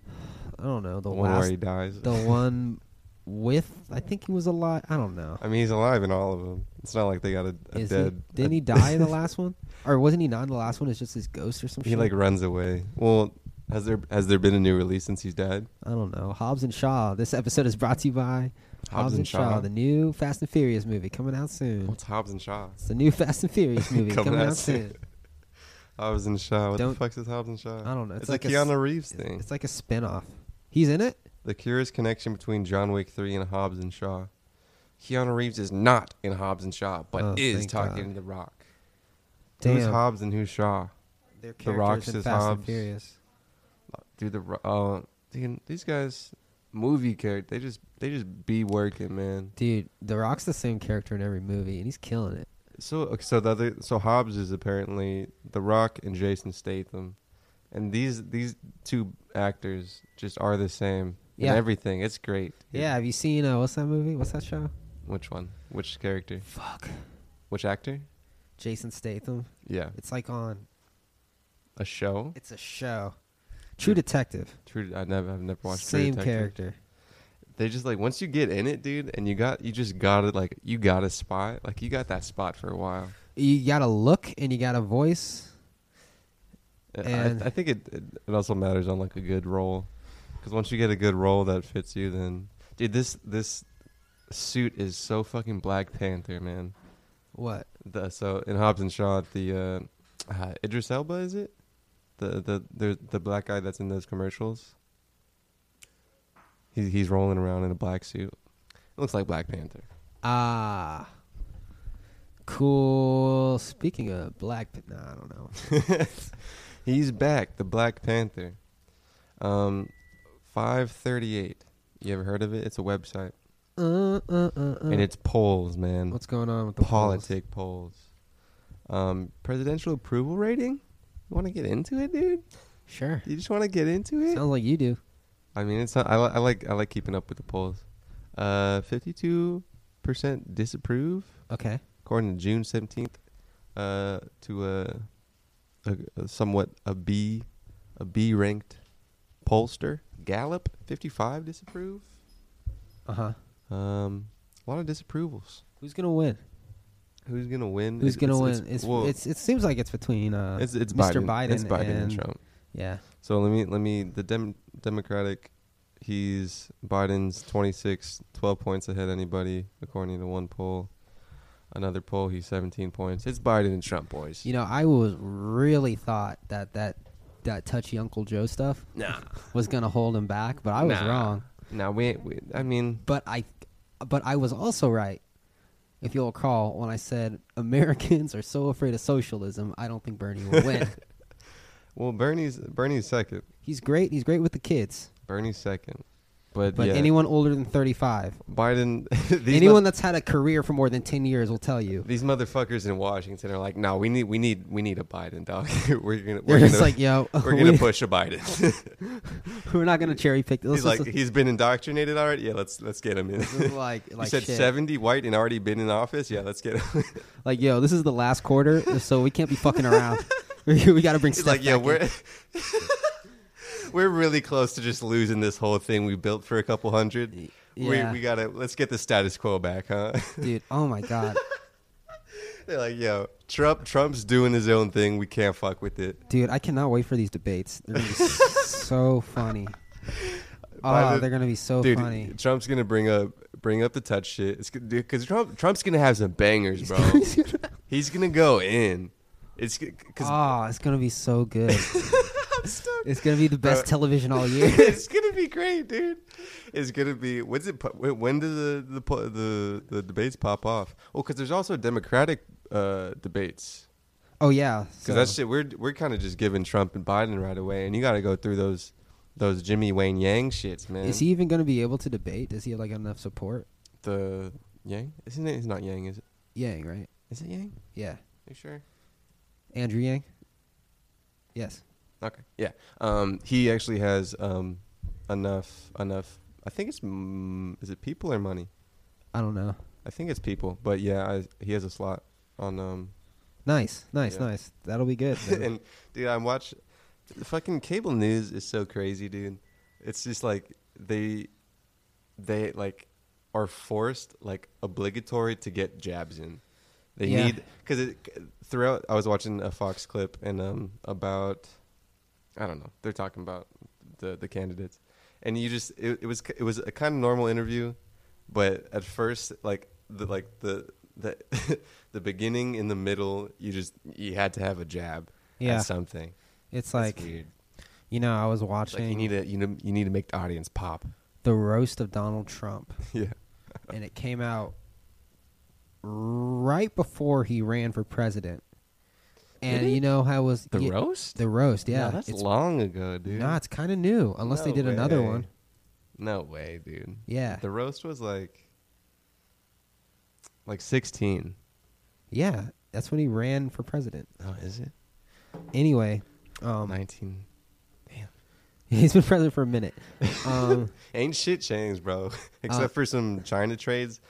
Speaker 1: I don't know the
Speaker 2: The one where
Speaker 1: last,
Speaker 2: he dies.
Speaker 1: the one with. I think he was alive. I don't know.
Speaker 2: I mean, he's alive in all of them. It's not like they got a, a
Speaker 1: Is
Speaker 2: dead.
Speaker 1: he, didn't
Speaker 2: a-
Speaker 1: he die in the last one, or wasn't he not in the last one? It's just his ghost or some
Speaker 2: He
Speaker 1: shit.
Speaker 2: like runs away. Well, has there has there been a new release since he's died?
Speaker 1: I don't know. Hobbs and Shaw. This episode is brought to you by Hobbs, and, Shaw. the new Fast and Furious movie coming out soon.
Speaker 2: What's Hobbs and Shaw?
Speaker 1: It's the new Fast and Furious movie coming, out soon.
Speaker 2: Hobbs and Shaw. What
Speaker 1: Don't-
Speaker 2: the fuck's is Hobbs and Shaw?
Speaker 1: I don't know.
Speaker 2: It's,
Speaker 1: It's
Speaker 2: like
Speaker 1: like
Speaker 2: a
Speaker 1: a
Speaker 2: Keanu
Speaker 1: s-
Speaker 2: Reeves thing.
Speaker 1: It's like a spin-off. He's in it?
Speaker 2: the curious connection between John Wick 3 and Hobbs and Shaw. Keanu Reeves is not in Hobbs and Shaw, but
Speaker 1: Oh,
Speaker 2: is
Speaker 1: thank
Speaker 2: talking
Speaker 1: God.
Speaker 2: to The Rock. Who's
Speaker 1: Damn.
Speaker 2: Hobbs and who's Shaw?
Speaker 1: Their
Speaker 2: The Rock's
Speaker 1: characters in
Speaker 2: is
Speaker 1: Fast
Speaker 2: Hobbs.
Speaker 1: and Furious.
Speaker 2: Dude, the Ro- uh, dude, these guys movie character. They just they just be working, man.
Speaker 1: Dude, The Rock's the same character in every movie, and he's killing it.
Speaker 2: So okay, so the other, so Hobbs is apparently The Rock and Jason Statham, and these these two actors just are the same in
Speaker 1: Yeah.
Speaker 2: everything. It's great. dude.
Speaker 1: Yeah. have you seen uh, what's that movie? What's that show?
Speaker 2: Which one? Which character?
Speaker 1: Fuck.
Speaker 2: Which actor?
Speaker 1: Jason Statham.
Speaker 2: Yeah.
Speaker 1: It's like on.
Speaker 2: A show.
Speaker 1: It's a show. True Detective.
Speaker 2: True. I never. I've never watched. True
Speaker 1: Same
Speaker 2: Detective.
Speaker 1: character.
Speaker 2: They just like once you get in it, dude, and you got you just got it like you got a spot. Like you got that spot for a while.
Speaker 1: You got a look and you got a voice.
Speaker 2: And
Speaker 1: And-
Speaker 2: I, I think it, it it also matters on like a good role, because once you get a good role that fits you, then dude, this this suit is so fucking Black Panther, man.
Speaker 1: What?
Speaker 2: The, so in Hobbs and Shaw, the uh, uh, Idris Elba is it? The the the the black guy that's in those commercials. He he's rolling around in a black suit. It looks like Black Panther.
Speaker 1: Ah. Cool. Speaking of black, but nah, I don't know.
Speaker 2: He's back, the Black Panther. Um, five thirty eight. You ever heard of it? It's a website.
Speaker 1: Uh, uh, uh, uh.
Speaker 2: and it's polls, man.
Speaker 1: what's going on with the polls?
Speaker 2: politic polls? Um, presidential approval rating. You want to get into it, dude?
Speaker 1: Sure.
Speaker 2: You just want to get into it?
Speaker 1: Sounds like you do.
Speaker 2: I mean, it's not. I, li- I like. I like keeping up with the polls. Uh, fifty-two percent disapprove,
Speaker 1: Okay.
Speaker 2: according to June seventeenth. Uh, to a, a, a somewhat a B, a B ranked pollster Gallup. Fifty-five disapprove.
Speaker 1: Uh huh.
Speaker 2: Um, a lot of disapprovals.
Speaker 1: Who's gonna win?
Speaker 2: Who's gonna win?
Speaker 1: Who's
Speaker 2: It's-
Speaker 1: gonna
Speaker 2: it's-
Speaker 1: win?
Speaker 2: It's,
Speaker 1: It's,
Speaker 2: well,
Speaker 1: it's it seems like it's between uh
Speaker 2: it's, it's
Speaker 1: Mr.
Speaker 2: Biden.
Speaker 1: Biden
Speaker 2: It's Biden and,
Speaker 1: and-
Speaker 2: Trump.
Speaker 1: yeah
Speaker 2: So let me let me the Dem- Democratic. He's Biden's 26, 12 points ahead anybody according to one poll. Another poll, he's 17 points. It's Biden and Trump, boys.
Speaker 1: you know I was really thought that that that touchy Uncle Joe stuff
Speaker 2: nah,
Speaker 1: was gonna hold him back, but I was
Speaker 2: nah.
Speaker 1: wrong.
Speaker 2: Nah, we, ain't- we. I mean,
Speaker 1: But I but I was also right. If you'll recall, when I said Americans are so afraid of socialism, I don't think Bernie will win.
Speaker 2: well, Bernie's Bernie's second.
Speaker 1: he's great. He's great with the kids.
Speaker 2: Bernie's second. But,
Speaker 1: But
Speaker 2: yeah,
Speaker 1: anyone older than 35,
Speaker 2: Biden, these
Speaker 1: anyone
Speaker 2: moth-
Speaker 1: that's had a career for more than 10 years will tell you.
Speaker 2: these motherfuckers in Washington are like, no, we need, we need, we need a Biden, dog. we're gonna,
Speaker 1: They're
Speaker 2: we're
Speaker 1: just
Speaker 2: gonna,
Speaker 1: like, yo,
Speaker 2: we're gonna
Speaker 1: we-
Speaker 2: push a Biden.
Speaker 1: we're not gonna cherry pick. This
Speaker 2: He's
Speaker 1: is
Speaker 2: like, he's been indoctrinated already. Yeah, let's let's get him in.
Speaker 1: is like- like
Speaker 2: you said
Speaker 1: shit.
Speaker 2: seventy white and already been in office. Yeah, let's get him.
Speaker 1: like, yo, this is the last quarter, so we can't be fucking around. we gotta bring.
Speaker 2: He's
Speaker 1: Steph
Speaker 2: like, yeah,
Speaker 1: back in.
Speaker 2: we're we're really close to just losing this whole thing we built for a couple hundred.
Speaker 1: yeah.
Speaker 2: We, we gotta let's get the status quo back, huh?
Speaker 1: dude. Oh my god,
Speaker 2: They're like, yo, Trump Trump's doing his own thing. We can't fuck with it.
Speaker 1: dude, I cannot wait for these debates. They're gonna be so funny.
Speaker 2: By
Speaker 1: Oh,
Speaker 2: the-
Speaker 1: they're gonna be so
Speaker 2: Dude,
Speaker 1: funny.
Speaker 2: Trump's gonna bring up bring up the touch shit. It's because Trump Trump's gonna have some bangers, bro. He's gonna go in. It's because
Speaker 1: Oh, it's gonna be so good. It's gonna be the best
Speaker 2: Bro.
Speaker 1: television all year.
Speaker 2: it's gonna be great, dude. It's gonna be. When's it? pu- When when do the the pu- the, the debates pop off? Oh, because there's also Democratic uh, debates.
Speaker 1: Oh yeah,
Speaker 2: Because
Speaker 1: so-
Speaker 2: that shit, we're we're kind of just giving Trump and Biden right away, and you got to go through those those Jimmy Wayne Yang shits, man.
Speaker 1: Is he even gonna be able to debate? Does he have like enough support?
Speaker 2: the Yang? Isn't it? It's not Yang, is it?
Speaker 1: Yang, right?
Speaker 2: Is it Yang?
Speaker 1: Yeah,
Speaker 2: You sure?
Speaker 1: Andrew Yang. Yes.
Speaker 2: Okay. Yeah. Um, he actually has um, enough enough. I think it's mm, is it people or money?
Speaker 1: I don't know.
Speaker 2: I think it's people, but yeah, I, he has a slot on um
Speaker 1: Nice, nice,
Speaker 2: Yeah.
Speaker 1: nice. That'll be good. man.
Speaker 2: and dude, I watch the fucking cable news is so crazy, dude. It's just like they they like are forced like obligatory to get jabs in. They
Speaker 1: Yeah.
Speaker 2: need cuz it throughout I was watching a Fox clip and um about I don't know. They're talking about the the candidates. And you just it, it was it was a kind of normal interview, but at first like the like the the the beginning in the middle you just you had to have a jab
Speaker 1: Yeah.
Speaker 2: at something.
Speaker 1: it's
Speaker 2: That's
Speaker 1: like
Speaker 2: weird.
Speaker 1: you know, I was
Speaker 2: It's like
Speaker 1: watching
Speaker 2: you need to you know you need to make the audience pop.
Speaker 1: the roast of Donald Trump,
Speaker 2: yeah.
Speaker 1: and it came out right before he ran for president. And
Speaker 2: Did it?
Speaker 1: you know how it was
Speaker 2: The
Speaker 1: yeah,
Speaker 2: roast?
Speaker 1: The roast, yeah.
Speaker 2: No, that's
Speaker 1: it's
Speaker 2: long ago, dude.
Speaker 1: no, it's kind of new, unless they
Speaker 2: No
Speaker 1: did another
Speaker 2: way.
Speaker 1: one.
Speaker 2: No way, dude.
Speaker 1: Yeah,
Speaker 2: The roast was like like 16.
Speaker 1: yeah. That's when he ran for president.
Speaker 2: Oh, is it?
Speaker 1: Anyway, um,
Speaker 2: 19.
Speaker 1: he's been president for a minute. Um,
Speaker 2: Ain't shit changed, bro.
Speaker 1: Uh,
Speaker 2: Except for some China trades.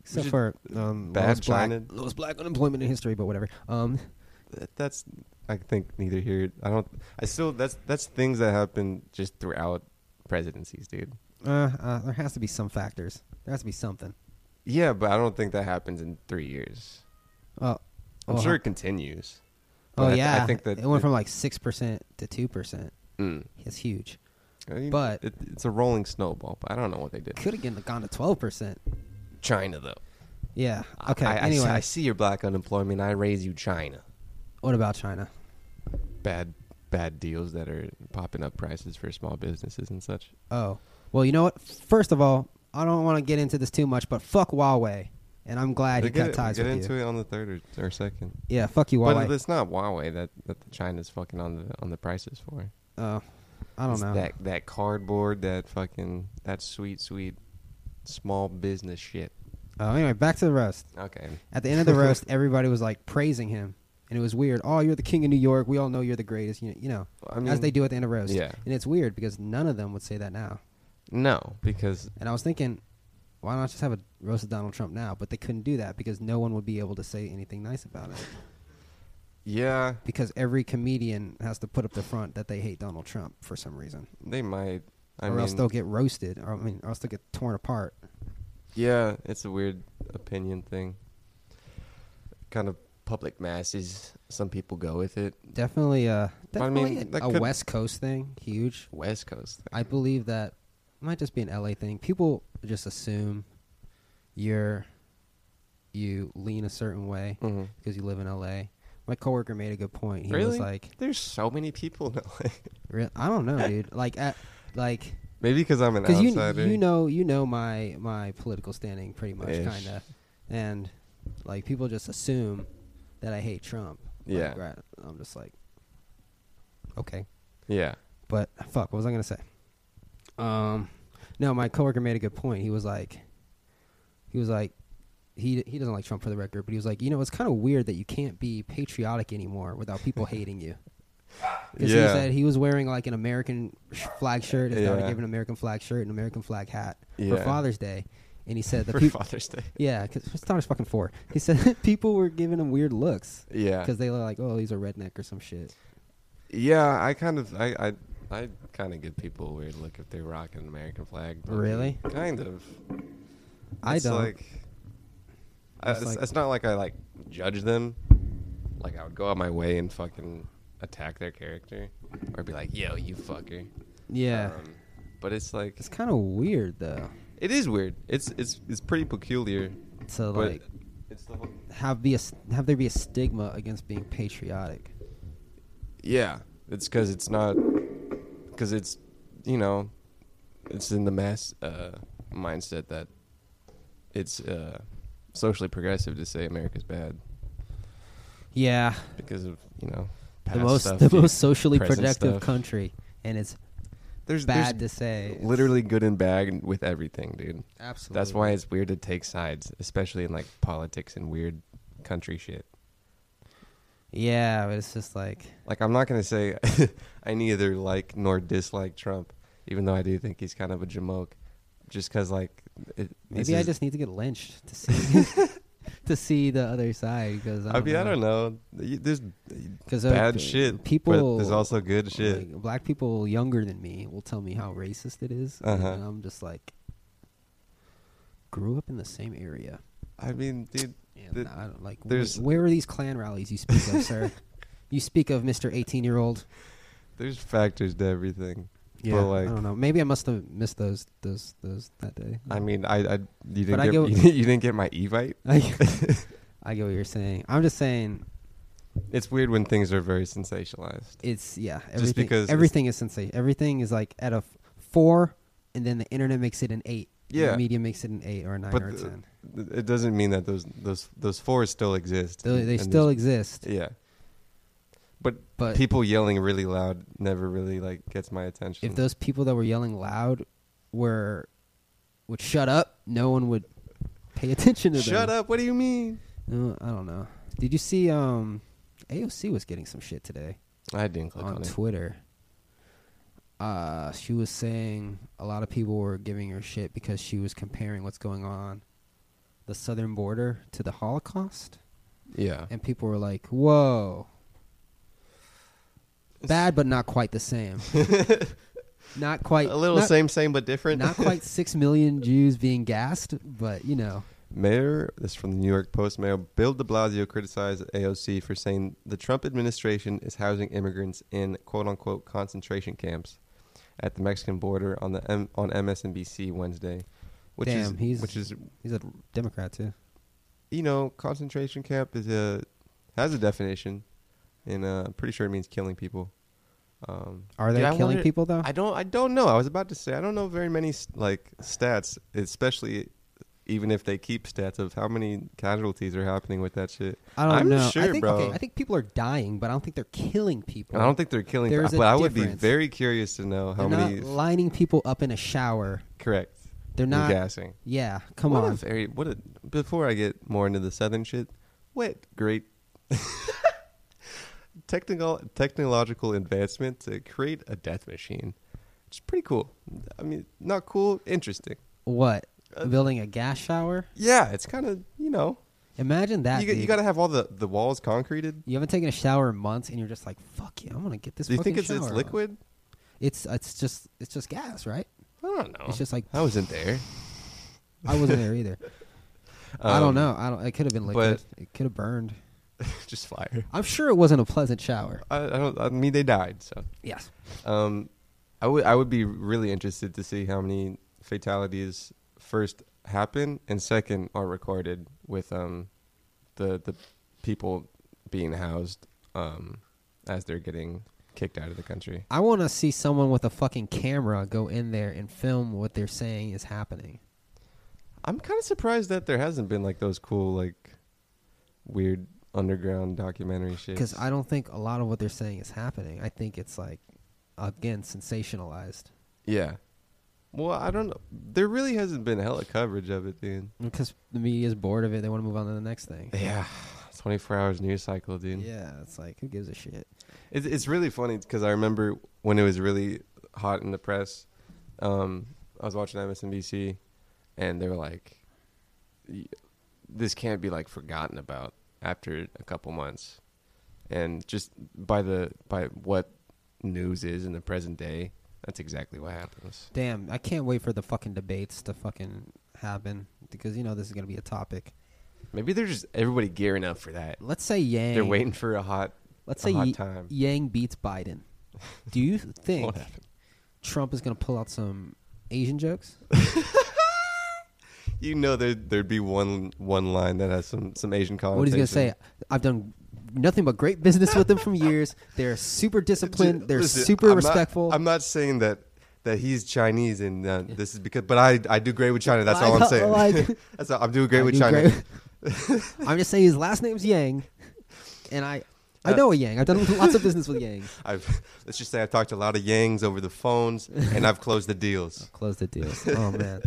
Speaker 1: except
Speaker 2: should-
Speaker 1: for um,
Speaker 2: bad
Speaker 1: lowest black,
Speaker 2: China.
Speaker 1: lowest black unemployment in history, but whatever. Um,
Speaker 2: Th- That's I think neither here. I don't. I still that's that's things that happen just throughout presidencies, dude.
Speaker 1: uh, uh, there has to be some factors. There has to be something.
Speaker 2: Yeah, but I don't think that happens in three years.
Speaker 1: Oh,
Speaker 2: I'm
Speaker 1: oh,
Speaker 2: sure
Speaker 1: huh.
Speaker 2: it continues.
Speaker 1: Oh
Speaker 2: But I th-
Speaker 1: yeah,
Speaker 2: I think that
Speaker 1: it went
Speaker 2: it-
Speaker 1: from like six percent to two percent.
Speaker 2: Mm.
Speaker 1: It's huge.
Speaker 2: I mean,
Speaker 1: But-
Speaker 2: it, it's a rolling snowball. But I don't know what they did.
Speaker 1: Could have gone to twelve percent.
Speaker 2: China though.
Speaker 1: Yeah. Okay.
Speaker 2: I, I s-
Speaker 1: anyway,
Speaker 2: I see your black unemployment. I raise you China.
Speaker 1: what about China?
Speaker 2: Bad bad deals that are popping up prices for small businesses and such.
Speaker 1: Oh, well, you know what? First of all, I don't want to get into this too much, but fuck Huawei, and I'm glad
Speaker 2: But
Speaker 1: you cut
Speaker 2: it-
Speaker 1: ties
Speaker 2: get
Speaker 1: with
Speaker 2: into
Speaker 1: you.
Speaker 2: it on the third or, or second.
Speaker 1: Yeah, fuck you,
Speaker 2: But
Speaker 1: Huawei.
Speaker 2: it's not Huawei that that China's fucking on the on the prices for.
Speaker 1: Oh, I don't
Speaker 2: It's
Speaker 1: know.
Speaker 2: that that cardboard, that fucking that sweet sweet small business shit.
Speaker 1: Oh, anyway, back to the roast.
Speaker 2: Okay,
Speaker 1: At the end of the roast, everybody was like praising him, and it was weird. Oh, you're the king of New York. We all know you're the greatest. You you know,
Speaker 2: I mean,
Speaker 1: as they do at the end of roast.
Speaker 2: yeah.
Speaker 1: And it's weird because none of them would say that now.
Speaker 2: no because
Speaker 1: And I was thinking, why not just have a roast of Donald Trump now? But they couldn't do that because no one would be able to say anything nice about it.
Speaker 2: yeah
Speaker 1: Because every comedian has to put up the front that they hate Donald Trump for some reason,
Speaker 2: they might. I
Speaker 1: or
Speaker 2: mean,
Speaker 1: else they'll get roasted. Or I mean, or else they'll get torn apart.
Speaker 2: yeah, it's a weird opinion thing. Kind of public masses. Some people go with it.
Speaker 1: Definitely, uh,
Speaker 2: But I
Speaker 1: definitely
Speaker 2: mean,
Speaker 1: a-
Speaker 2: that
Speaker 1: a
Speaker 2: could-
Speaker 1: West Coast thing, huge.
Speaker 2: West Coast.
Speaker 1: I believe that it might just be an LA thing. People just assume you're you lean a certain way
Speaker 2: Mhm.
Speaker 1: because you live in LA. My coworker made a good point. He was
Speaker 2: Really?
Speaker 1: like,
Speaker 2: There's so many people in LA.
Speaker 1: Real, I don't know, dude. Like, at, like,
Speaker 2: Maybe because I'm an
Speaker 1: because you
Speaker 2: outsider.
Speaker 1: you know you know my my political standing pretty much,
Speaker 2: Ish.
Speaker 1: kind of, and like people just assume that I hate Trump. Like,
Speaker 2: Yeah.
Speaker 1: right, I'm just like, okay,
Speaker 2: Yeah.
Speaker 1: but fuck, what was I gonna say? Um, No, my coworker made a good point. He was like, he was like, he he doesn't like Trump for the record, but he was like, you know, it's kind of weird that you can't be patriotic anymore without people hating you. Because he
Speaker 2: Yeah.
Speaker 1: said he was wearing like an American sh- flag shirt. His daughter
Speaker 2: Yeah.
Speaker 1: gave an American flag shirt, an American flag hat for
Speaker 2: Yeah.
Speaker 1: Father's Day, and he said the
Speaker 2: for
Speaker 1: people.
Speaker 2: Father's Day.
Speaker 1: Yeah, because his daughter's fucking four. He said people were giving him weird looks
Speaker 2: Yeah.
Speaker 1: because they were like, "Oh, he's a redneck or some shit."
Speaker 2: Yeah, I kind of I I, I kind of give people a weird look if they rock an American flag. but
Speaker 1: Really?
Speaker 2: Kind of.
Speaker 1: I
Speaker 2: It's
Speaker 1: don't.
Speaker 2: Like, I,
Speaker 1: It's
Speaker 2: it's,
Speaker 1: like-
Speaker 2: it's not like I like judge them. Like I would go out my way and fucking attack their character, or be like, "Yo, you fucker."
Speaker 1: yeah,
Speaker 2: Um, but it's like
Speaker 1: it's kind of weird though
Speaker 2: it is weird. It's it's it's pretty peculiar.
Speaker 1: to
Speaker 2: But
Speaker 1: like
Speaker 2: it's the whole,
Speaker 1: have be a s- have there be a stigma against being patriotic.
Speaker 2: yeah. It's because it's not because it's you know it's in the mass uh, mindset that it's uh, socially progressive to say America's bad
Speaker 1: Yeah,
Speaker 2: because of you know
Speaker 1: the
Speaker 2: past
Speaker 1: most
Speaker 2: stuff,
Speaker 1: the most socially
Speaker 2: present
Speaker 1: productive
Speaker 2: stuff.
Speaker 1: country, and it's
Speaker 2: There's
Speaker 1: bad
Speaker 2: there's
Speaker 1: to say.
Speaker 2: literally good and bad with everything, dude.
Speaker 1: absolutely.
Speaker 2: That's why it's weird to take sides, especially in like politics and weird country shit.
Speaker 1: Yeah, but it's just like
Speaker 2: Like I'm not gonna say I neither like nor dislike Trump, even though I do think he's kind of a jamoke. Just because like it, this
Speaker 1: maybe I
Speaker 2: is-
Speaker 1: just need to get lynched to see to see the other side because I
Speaker 2: I
Speaker 1: don't
Speaker 2: mean
Speaker 1: know.
Speaker 2: I don't know. You- There's
Speaker 1: Because
Speaker 2: bad shit,
Speaker 1: people
Speaker 2: but there's also good shit.
Speaker 1: like, black people younger than me will tell me how racist it is,
Speaker 2: Uh-huh.
Speaker 1: and I'm just like, grew up in the same area.
Speaker 2: I mean, dude,
Speaker 1: Yeah,
Speaker 2: The-
Speaker 1: nah, I don't like.
Speaker 2: there's-
Speaker 1: wh- where are these Klan rallies you speak of, sir? You speak of Mister Eighteen Year Old.
Speaker 2: there's factors to everything.
Speaker 1: Yeah,
Speaker 2: but like
Speaker 1: I don't know. Maybe I must have missed those those those that day.
Speaker 2: I mean, I, I you
Speaker 1: But
Speaker 2: didn't
Speaker 1: I
Speaker 2: get,
Speaker 1: go-
Speaker 2: you, didn't get my evite.
Speaker 1: I, I get what you're saying. I'm just saying
Speaker 2: It's weird when things are very sensationalized.
Speaker 1: it's yeah. Everything,
Speaker 2: because it's-
Speaker 1: everything is sensation. Everything is like at a f- four, and then the internet makes it an eight. and
Speaker 2: Yeah.
Speaker 1: the media makes it an eight or a nine
Speaker 2: But
Speaker 1: or a
Speaker 2: the-
Speaker 1: ten.
Speaker 2: Th- It doesn't mean that those those those fours still exist.
Speaker 1: They,
Speaker 2: and
Speaker 1: they
Speaker 2: there's-
Speaker 1: still exist,
Speaker 2: yeah. But
Speaker 1: but
Speaker 2: people yelling really loud never really like gets my attention.
Speaker 1: if those people that were yelling loud were would shut up, no one would pay attention to them.
Speaker 2: Shut up! What do you mean?
Speaker 1: No, Uh, I don't know. Did you see um AOC was getting some shit today
Speaker 2: I didn't click on,
Speaker 1: on
Speaker 2: it.
Speaker 1: Twitter. Uh she was saying a lot of people were giving her shit because she was comparing what's going on the southern border to the Holocaust
Speaker 2: yeah,
Speaker 1: and people were like, "Whoa." Bad but not quite the same. not quite
Speaker 2: a little
Speaker 1: not-
Speaker 2: same same but different.
Speaker 1: not quite six million Jews being gassed, but you know,
Speaker 2: Mayor, this is from the New York Post. Mayor Bill de Blasio criticized AOC for saying the Trump administration is housing immigrants in quote unquote concentration camps at the Mexican border on the M- on MSNBC Wednesday, which
Speaker 1: Damn,
Speaker 2: is
Speaker 1: he's-
Speaker 2: which is
Speaker 1: he's a Democrat too.
Speaker 2: you know concentration camp is a has a definition, and uh, I'm pretty sure it means killing people. Um,
Speaker 1: Are they
Speaker 2: dude, I
Speaker 1: killing
Speaker 2: wonder-
Speaker 1: people though?
Speaker 2: I don't. I don't know. I was about to say I don't know very many s- like stats, especially even if they keep stats of how many casualties are happening with that shit.
Speaker 1: I don't
Speaker 2: I'm
Speaker 1: know.
Speaker 2: not sure,
Speaker 1: I think,
Speaker 2: bro.
Speaker 1: Okay, I think people are dying, but I don't think they're killing people.
Speaker 2: I don't think they're killing.
Speaker 1: There's a
Speaker 2: but I would be
Speaker 1: difference.
Speaker 2: very curious to know how
Speaker 1: they're
Speaker 2: many.
Speaker 1: not lining people up in a shower.
Speaker 2: correct.
Speaker 1: They're not.
Speaker 2: gassing.
Speaker 1: Yeah, come
Speaker 2: what A
Speaker 1: on.
Speaker 2: very, what a, before I get more into the southern shit, what great technical technological advancement to create a death machine. It's pretty cool. I mean, not cool, interesting.
Speaker 1: What?
Speaker 2: Uh,
Speaker 1: Building a gas shower?
Speaker 2: Yeah, it's kind of you know
Speaker 1: Imagine that.
Speaker 2: you, got- you
Speaker 1: dude.
Speaker 2: got to have all the, the walls concreted.
Speaker 1: You haven't taken a shower in months, and you're just like, "Fuck yeah, I'm gonna get this."
Speaker 2: Do you think
Speaker 1: fucking
Speaker 2: it's it's
Speaker 1: shower on."
Speaker 2: liquid?
Speaker 1: It's it's just it's just gas, right?
Speaker 2: I don't know.
Speaker 1: It's just like
Speaker 2: I wasn't there.
Speaker 1: I wasn't there either. I don't
Speaker 2: Um,
Speaker 1: know. I don't. It could have been liquid. it could have burned.
Speaker 2: just fire.
Speaker 1: I'm sure it wasn't a pleasant shower.
Speaker 2: I, I don't. I mean, they died. So,
Speaker 1: Yes.
Speaker 2: um, I would I would be really interested to see how many fatalities first happen and second are recorded with um the the people being housed um as they're getting kicked out of the country.
Speaker 1: I want to see someone with a fucking camera go in there and film what they're saying is happening.
Speaker 2: I'm kind of surprised that there hasn't been like those cool like weird underground documentary shit.
Speaker 1: Because I don't think a lot of what they're saying is happening. I think it's like, again, sensationalized.
Speaker 2: Yeah. Well, I don't know. There really hasn't been hella coverage of it, dude.
Speaker 1: Because the media's bored of it. They want to move on to the next thing.
Speaker 2: Yeah, 24 hours news cycle, dude.
Speaker 1: Yeah, it's like, who gives a shit?
Speaker 2: It's, it's really funny because I remember when it was really hot in the press. Um, I was watching MSNBC, and they were like, "Y- "This can't be like forgotten about after a couple months," and just by the by what news is in the present day, that's exactly what happens.
Speaker 1: Damn, I can't wait for the fucking debates to fucking happen because, you know, this is going to be a topic.
Speaker 2: Maybe they're just everybody gearing up for that.
Speaker 1: Let's say Yang.
Speaker 2: They're waiting for a hot.
Speaker 1: Let's
Speaker 2: a
Speaker 1: say
Speaker 2: hot
Speaker 1: Ye-
Speaker 2: time.
Speaker 1: Yang beats Biden. Do you think
Speaker 2: Won't happen.
Speaker 1: Trump is going to pull out some Asian jokes?
Speaker 2: You know, there there'd be one one line that has some some Asian connotation.
Speaker 1: What is he going to say? I've done nothing but great business with them from years. They're super disciplined.
Speaker 2: Ju-
Speaker 1: They're
Speaker 2: listen,
Speaker 1: super
Speaker 2: I'm not-
Speaker 1: respectful.
Speaker 2: I'm not saying that that he's Chinese and uh, this is because, but I I do great with China. That's
Speaker 1: Like,
Speaker 2: all I'm saying.
Speaker 1: like-
Speaker 2: That's all, I'm doing great
Speaker 1: I
Speaker 2: with
Speaker 1: do
Speaker 2: China.
Speaker 1: I'm just saying his last name's Yang, and I I
Speaker 2: Uh,
Speaker 1: know a Yang. I've done lots of business with Yang.
Speaker 2: I've let's just say I've talked to a lot of Yangs over the phones and I've closed the deals.
Speaker 1: Close the deal. Oh man,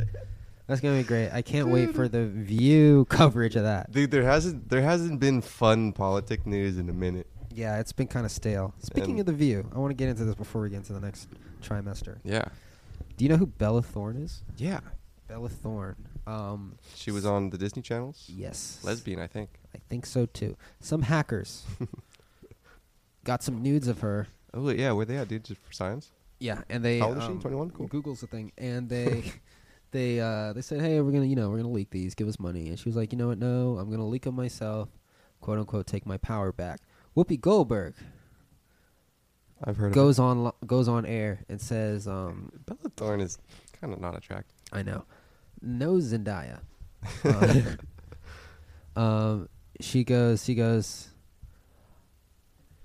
Speaker 1: that's gonna be great. I can't wait for the View coverage of that.
Speaker 2: Dude, there hasn't there hasn't been fun politic news in a minute.
Speaker 1: Yeah, it's been kind of stale. Speaking
Speaker 2: And-
Speaker 1: of the View, I want to get into this before we get into the next trimester.
Speaker 2: Yeah,
Speaker 1: Do you know who Bella Thorne is?
Speaker 2: yeah.
Speaker 1: Bella Thorne. Um,
Speaker 2: She was on the Disney channels.
Speaker 1: yes,
Speaker 2: Lesbian, I think.
Speaker 1: I think so too. Some hackers got some nudes of her.
Speaker 2: Oh yeah, where they at, dude? Just for science?
Speaker 1: Yeah, and they um,
Speaker 2: How old is she? 21? Cool.
Speaker 1: Google's the thing, and they they uh, they said, "Hey, we're gonna you know we're gonna leak these. Give us money." And she was like, "You know what? No, I'm gonna leak them myself, quote unquote, take my power back." Whoopi Goldberg
Speaker 2: I've heard
Speaker 1: goes on lo- goes on air and says, um,
Speaker 2: of Bella Thorne is kind of not attractive.
Speaker 1: "I know, no Zendaya." Um, um, she goes, she goes.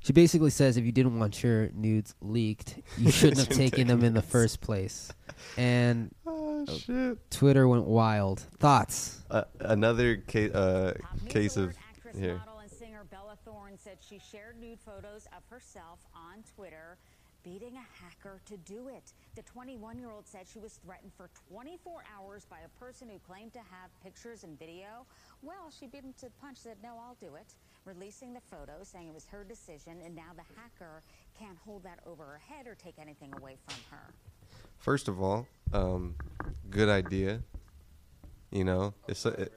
Speaker 1: She basically says, if you didn't want your nudes leaked, you shouldn't have taken them in the first place. And
Speaker 2: Oh shit.
Speaker 1: Twitter went wild. Thoughts?
Speaker 2: Uh, another ca- uh, case of
Speaker 4: actress,
Speaker 2: here.
Speaker 4: model, and singer Bella Thorne said she shared nude photos of herself on Twitter, beating a hacker to do it. The 21-year-old said she was threatened for 24 hours by a person who claimed to have pictures and video. Well, she beat him to the punch. Said, "No, I'll do it." Releasing the photo, saying it was her decision, and now the hacker can't hold that over her head or take anything away from her.
Speaker 2: First of all, um, good idea. You know, if so, it-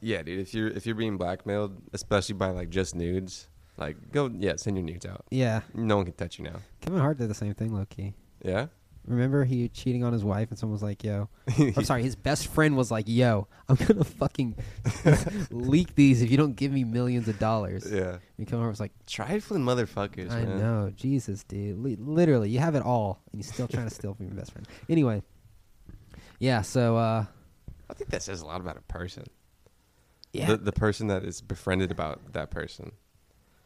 Speaker 2: yeah, dude. If you're if you're being blackmailed, especially by like just nudes, like go yeah, send your nudes out.
Speaker 1: Yeah,
Speaker 2: No one can touch you now.
Speaker 1: Kevin Hart did the same thing, Loki.
Speaker 2: Yeah.
Speaker 1: Remember he cheating on his wife, and someone was like, "Yo," I'm sorry, his best friend was like, "Yo, I'm gonna fucking leak these if you don't give me millions of dollars."
Speaker 2: Yeah.
Speaker 1: And Kevin Hart was like,
Speaker 2: Trifling motherfuckers.
Speaker 1: "I
Speaker 2: man.
Speaker 1: know, Jesus, dude. Li- literally, you have it all, and you're still trying to steal from your best friend." Anyway, yeah. So, uh,
Speaker 2: I think that says a lot about a person.
Speaker 1: yeah,
Speaker 2: The, the person that is befriended about that person,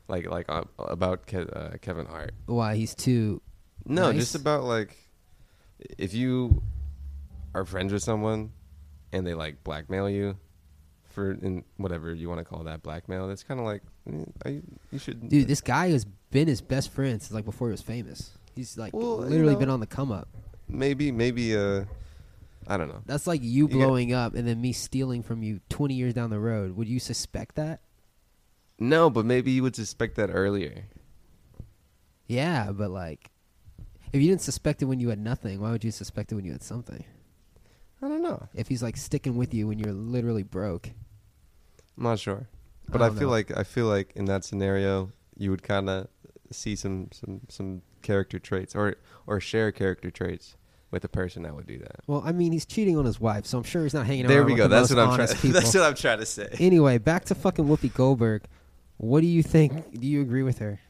Speaker 2: like like uh, about Ke- uh, Kevin Hart.
Speaker 1: why he's too
Speaker 2: No,
Speaker 1: nice?
Speaker 2: just about like if you are friends with someone and they like blackmail you for in whatever you want to call that blackmail, that's kind of like eh, I, you should.
Speaker 1: dude. This guy has been his best friend since like before he was famous. He's like
Speaker 2: Well, you
Speaker 1: literally
Speaker 2: know-
Speaker 1: been on the come up.
Speaker 2: maybe maybe uh, I don't know.
Speaker 1: That's like you
Speaker 2: get-
Speaker 1: blowing up and then me stealing from you 20 years down the road. Would you suspect that?
Speaker 2: No, but maybe you would suspect that earlier.
Speaker 1: Yeah, but like if you didn't suspect it when you had nothing, why would you suspect it when you had something?
Speaker 2: I don't know.
Speaker 1: If he's like sticking with you when you're literally broke.
Speaker 2: I'm not sure, but
Speaker 1: I
Speaker 2: I,
Speaker 1: don't
Speaker 2: feel
Speaker 1: know.
Speaker 2: like I feel like in that scenario you would kind of see some some some character traits or or share character traits with a person that would do that.
Speaker 1: Well, I mean, he's cheating on his wife, so I'm sure he's not hanging
Speaker 2: There
Speaker 1: around
Speaker 2: we
Speaker 1: with
Speaker 2: go.
Speaker 1: the
Speaker 2: That's
Speaker 1: most
Speaker 2: what I'm
Speaker 1: honest
Speaker 2: trying.
Speaker 1: people.
Speaker 2: That's what I'm trying to say.
Speaker 1: anyway, back to fucking Whoopi Goldberg. What do you think? Do you agree with her?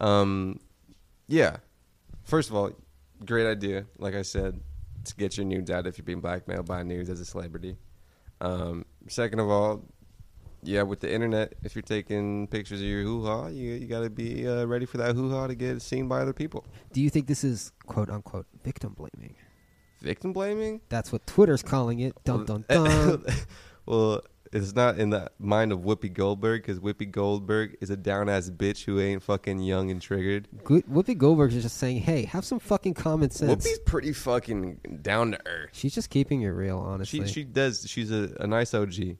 Speaker 2: Um, yeah. First of all, great idea. Like I said, to get your nudes out if you're being blackmailed by news as a celebrity. Um, second of all, yeah, with the internet, if you're taking pictures of your hoo ha, you you gotta be uh, ready for that hoo ha to get seen by other people.
Speaker 1: Do you think this is quote unquote victim blaming?
Speaker 2: Victim blaming.
Speaker 1: That's what Twitter's calling it. Dun dun dun.
Speaker 2: well, It's not in the mind of Whoopi Goldberg because Whoopi Goldberg is a down ass bitch who ain't fucking young and triggered.
Speaker 1: Good, Whoopi Goldberg is just saying, "Hey, have some fucking common sense."
Speaker 2: Whoopi's pretty fucking down to earth.
Speaker 1: She's just keeping it real, honestly.
Speaker 2: She
Speaker 1: She,
Speaker 2: she does. She's a, a nice OG.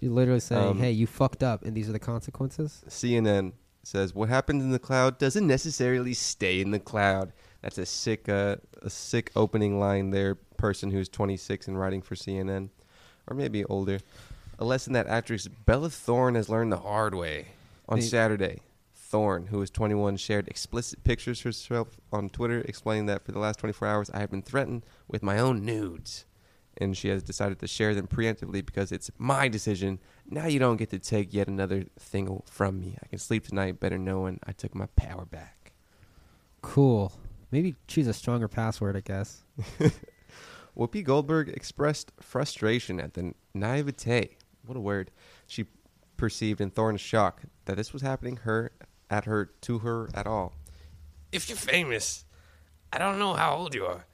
Speaker 1: literally saying,
Speaker 2: Um,
Speaker 1: "Hey, you fucked up, and these are the consequences."
Speaker 2: CNN says what happens in the cloud doesn't necessarily stay in the cloud. That's a sick uh, a sick opening line there. Person who's 26 and writing for CNN, or maybe older. A lesson that actress Bella Thorne has learned the hard way. On
Speaker 1: Hey.
Speaker 2: Saturday, Thorne, who is 21, shared explicit pictures herself on Twitter, explaining that for the last 24 hours I have been threatened with my own nudes, and she has decided to share them preemptively because it's my decision. Now you don't get to take yet another thing from me. I can sleep tonight better knowing I took my power back.
Speaker 1: Cool. Maybe choose a stronger password, I guess.
Speaker 2: Whoopi Goldberg expressed frustration at the naivete, what a word, she perceived in Thorne's shock that this was happening her at her to her at all.
Speaker 5: If you're famous, I don't know how old you are.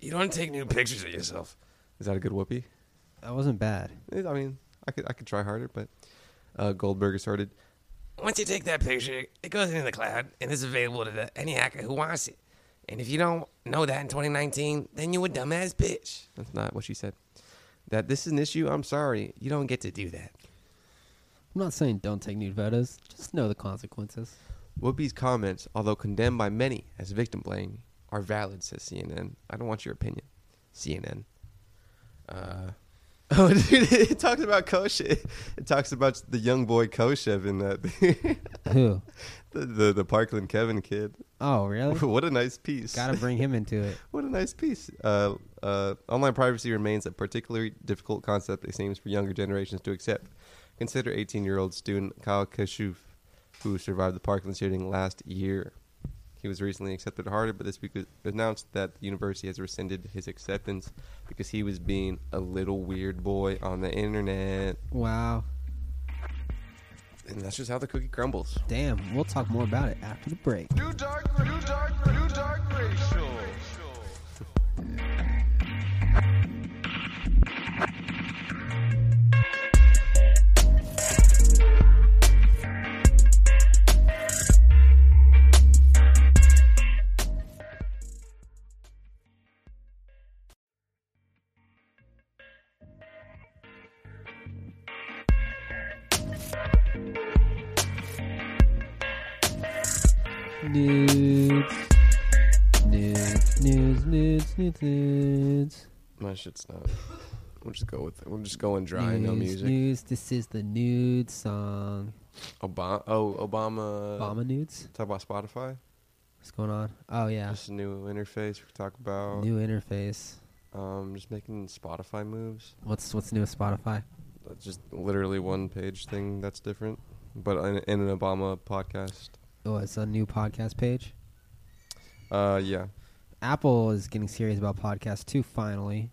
Speaker 5: You don't take new pictures of yourself.
Speaker 2: Is that a good Whoopi?
Speaker 1: That wasn't bad.
Speaker 2: Eh, I mean, I could I could try harder, but uh, Goldberg asserted,
Speaker 5: Once you take that picture, it goes into the cloud and is available to the, any hacker who wants it. And if you don't know that in 2019, then you a dumbass bitch.
Speaker 2: "That's not what she said." That this is an issue. I'm sorry, you don't get to do that.
Speaker 1: I'm not saying don't take nude photos. Just know the consequences.
Speaker 2: Whoopi's comments, although condemned by many as victim blaming, are valid, says CNN. I don't want your opinion, CNN. Uh, oh, dude, it talks about Koshev. It talks about the young boy Koshev in that
Speaker 1: Who?
Speaker 2: the, the the Parkland Kevin kid.
Speaker 1: Oh, really?
Speaker 2: What a nice piece.
Speaker 1: Gotta bring him into it.
Speaker 2: What a nice piece. Uh, uh, online privacy remains a particularly difficult concept, it seems, for younger generations to accept. Consider 18 year old student Kyle Kashuf, who survived the Parkland shooting last year. He was recently accepted at Harvard, but this week was announced that the university has rescinded his acceptance because he was being a little weird boy on the internet.
Speaker 1: Wow.
Speaker 2: And that's just how the cookie crumbles.
Speaker 1: Damn. We'll talk more about it after the break.
Speaker 3: New dark, new dark, new dark racial.
Speaker 1: Nudes. Nudes. Nudes. Nudes. Nudes. Nudes.
Speaker 2: My shit's not. We'll just go with it. We'll just go and dry, no
Speaker 1: Nudes,
Speaker 2: music.
Speaker 1: Nudes. This is the nude song.
Speaker 2: Obama. Oh, Obama.
Speaker 1: Obama nudes.
Speaker 2: Talk about Spotify.
Speaker 1: What's going on? Oh yeah.
Speaker 2: Just a new interface we could talk about.
Speaker 1: New interface.
Speaker 2: Um, just making Spotify moves.
Speaker 1: What's what's new with Spotify?
Speaker 2: That's just literally one page thing that's different, but in, in an Obama podcast.
Speaker 1: Oh, it's a new podcast page.
Speaker 2: Uh, yeah,
Speaker 1: Apple is getting serious about podcasts too. Finally,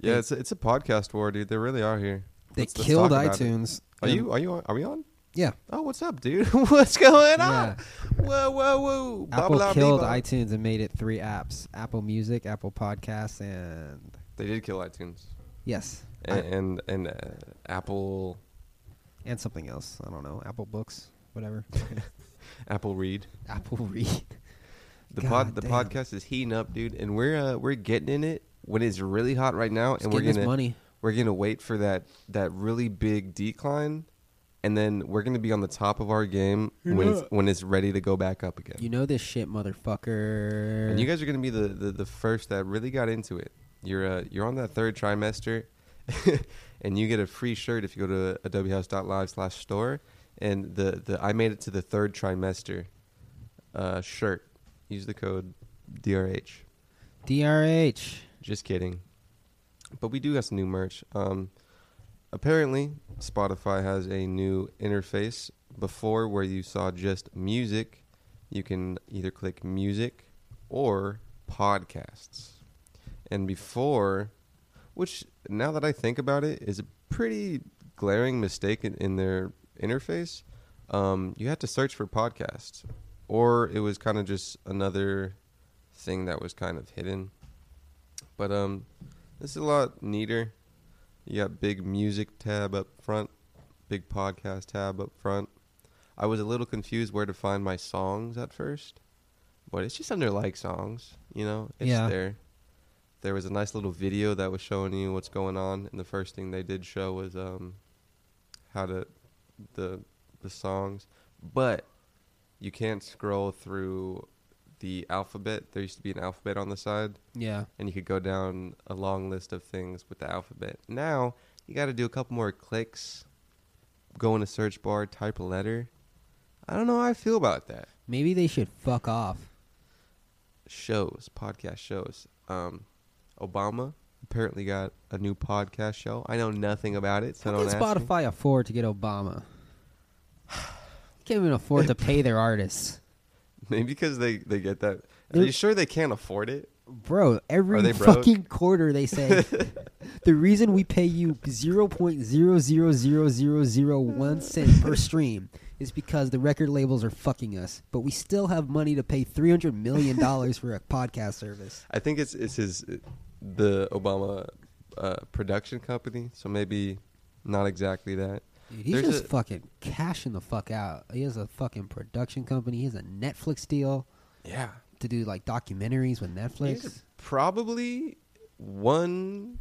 Speaker 2: yeah.
Speaker 1: Hey.
Speaker 2: It's a, it's a podcast war, dude. They really are here.
Speaker 1: they
Speaker 2: Let's- let's
Speaker 1: killed
Speaker 2: talk about it.
Speaker 1: iTunes.
Speaker 2: Are
Speaker 1: And-
Speaker 2: you are you on, are we on?
Speaker 1: Yeah.
Speaker 2: Oh, what's up, dude? what's going on?
Speaker 1: Yeah.
Speaker 2: Whoa, whoa, whoa! Blah,
Speaker 1: Apple
Speaker 2: blah,
Speaker 1: killed
Speaker 2: blah.
Speaker 1: iTunes and made it three apps: Apple Music, Apple Podcasts, and
Speaker 2: They did kill iTunes
Speaker 1: yes, I-
Speaker 2: and and, and uh, Apple
Speaker 1: and something else. I don't know. Apple Books, whatever.
Speaker 2: Apple Read.
Speaker 1: Apple Read.
Speaker 2: The
Speaker 1: God
Speaker 2: pod the
Speaker 1: damn.
Speaker 2: podcast is heating up, dude, and we're uh, we're getting in it when it's really hot right now,
Speaker 1: Just
Speaker 2: and we're
Speaker 1: getting this
Speaker 2: gonna
Speaker 1: money.
Speaker 2: we're gonna wait for that that really big decline, and then we're gonna be on the top of our game when it's, when it's ready to go back up again.
Speaker 1: You know this shit, motherfucker.
Speaker 2: and you guys are gonna be the, the, the first that really got into it. You're uh, you're on that third trimester, and you get a free shirt if you go to adobiehouse.live slash store, and the the I made it to the third trimester, uh, shirt. Use the code DRH.
Speaker 1: DRH.
Speaker 2: Just kidding. But we do have some new merch. Um, apparently, Spotify has a new interface. Before, where you saw just music, you can either click music or podcasts. And before, which now that I think about it, is a pretty glaring mistake in, in their interface. Um, you had to search for podcasts, or it was kind of just another thing that was kind of hidden. But um, this is a lot neater. You got big music tab up front, big podcast tab up front. I was a little confused where to find my songs at first, but it's just under like songs, you know? It's
Speaker 1: Yeah.
Speaker 2: there. There was a nice little video that was showing you what's going on, and the first thing they did show was um, how to the the songs, but you can't scroll through the alphabet. There used to be an alphabet on the side
Speaker 1: Yeah.
Speaker 2: and you could go down a long list of things with the alphabet. Now you got to do a couple more clicks, go in a search bar, type a letter. I don't know how I feel about that.
Speaker 1: Maybe they should fuck off.
Speaker 2: Shows, podcast shows. Um, Obama apparently got a new podcast show. I know nothing about it,
Speaker 1: How
Speaker 2: so don't
Speaker 1: can
Speaker 2: ask me.
Speaker 1: Spotify afford to get Obama? Can't even afford to pay their artists,
Speaker 2: Maybe because they they get that. Are
Speaker 1: They're-
Speaker 2: you sure they can't afford it?
Speaker 1: bro. Every
Speaker 2: they broke?
Speaker 1: fucking quarter they say the reason we pay you zero point zero zero zero zero zero one cent per stream is because the record labels are fucking us, but we still have money to pay three hundred million dollars for a podcast service.
Speaker 2: I think it's it's his the Obama uh, production company. So maybe not exactly that.
Speaker 1: Dude, he's
Speaker 2: There's
Speaker 1: just
Speaker 2: a-
Speaker 1: fucking cashing the fuck out. He has a fucking production company. He has a Netflix deal
Speaker 2: yeah.
Speaker 1: to do like documentaries with Netflix.
Speaker 2: He's probably one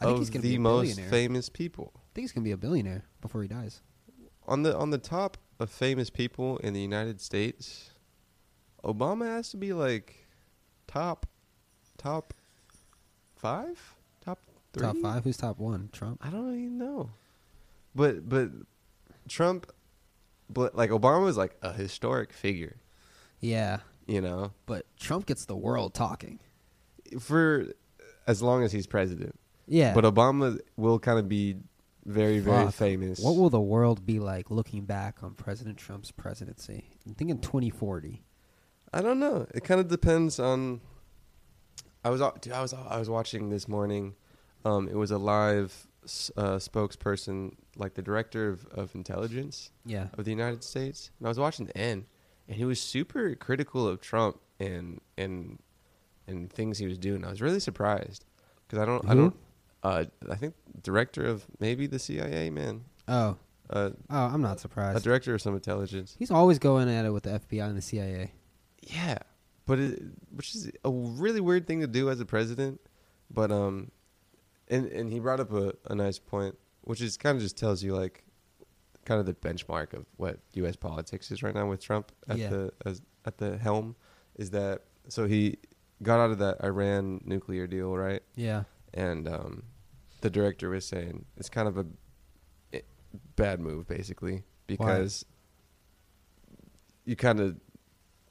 Speaker 1: I think
Speaker 2: of
Speaker 1: he's gonna be
Speaker 2: the
Speaker 1: a
Speaker 2: most
Speaker 1: billionaire.
Speaker 2: famous people
Speaker 1: I think he's gonna be a billionaire before he dies.
Speaker 2: on the on the top of famous people in the United States. Obama has to be like top, top five, top three,
Speaker 1: Top five. Who's top one? Trump.
Speaker 2: I don't even know, but but Trump, but like Obama was like a historic figure,
Speaker 1: Yeah,
Speaker 2: you know,
Speaker 1: but Trump gets the world talking.
Speaker 2: for as long as he's president.
Speaker 1: Yeah,
Speaker 2: But Obama will kind of be very very
Speaker 1: Fuck.
Speaker 2: famous.
Speaker 1: what will the world be like looking back on President Trump's presidency? I'm thinking 2040.
Speaker 2: I don't know. It kind of depends on. I was uh, dude, I was I was watching this morning. Um, it was a live s- uh, spokesperson, like the director of, of intelligence
Speaker 1: Yeah,
Speaker 2: of the United States, and I was watching the end, and he was super critical of Trump and and and things he was doing. I was really surprised because I don't I
Speaker 1: Who?
Speaker 2: don't. Uh, I think director of maybe the CIA man,
Speaker 1: Oh,
Speaker 2: uh,
Speaker 1: oh, I'm not
Speaker 2: a
Speaker 1: surprised.
Speaker 2: director of some intelligence.
Speaker 1: He's always going at it with the FBI and the CIA.
Speaker 2: Yeah, but it, which is a really weird thing to do as a president. But um, and and he brought up a, a nice point, which is kind of just tells you like, kind of the benchmark of what U.S. politics is right now with Trump at
Speaker 1: Yeah.
Speaker 2: the as, at the helm, is that so he got out of that Iran nuclear deal, right?
Speaker 1: Yeah,
Speaker 2: and um, the director was saying it's kind of a i bad move basically because you kind of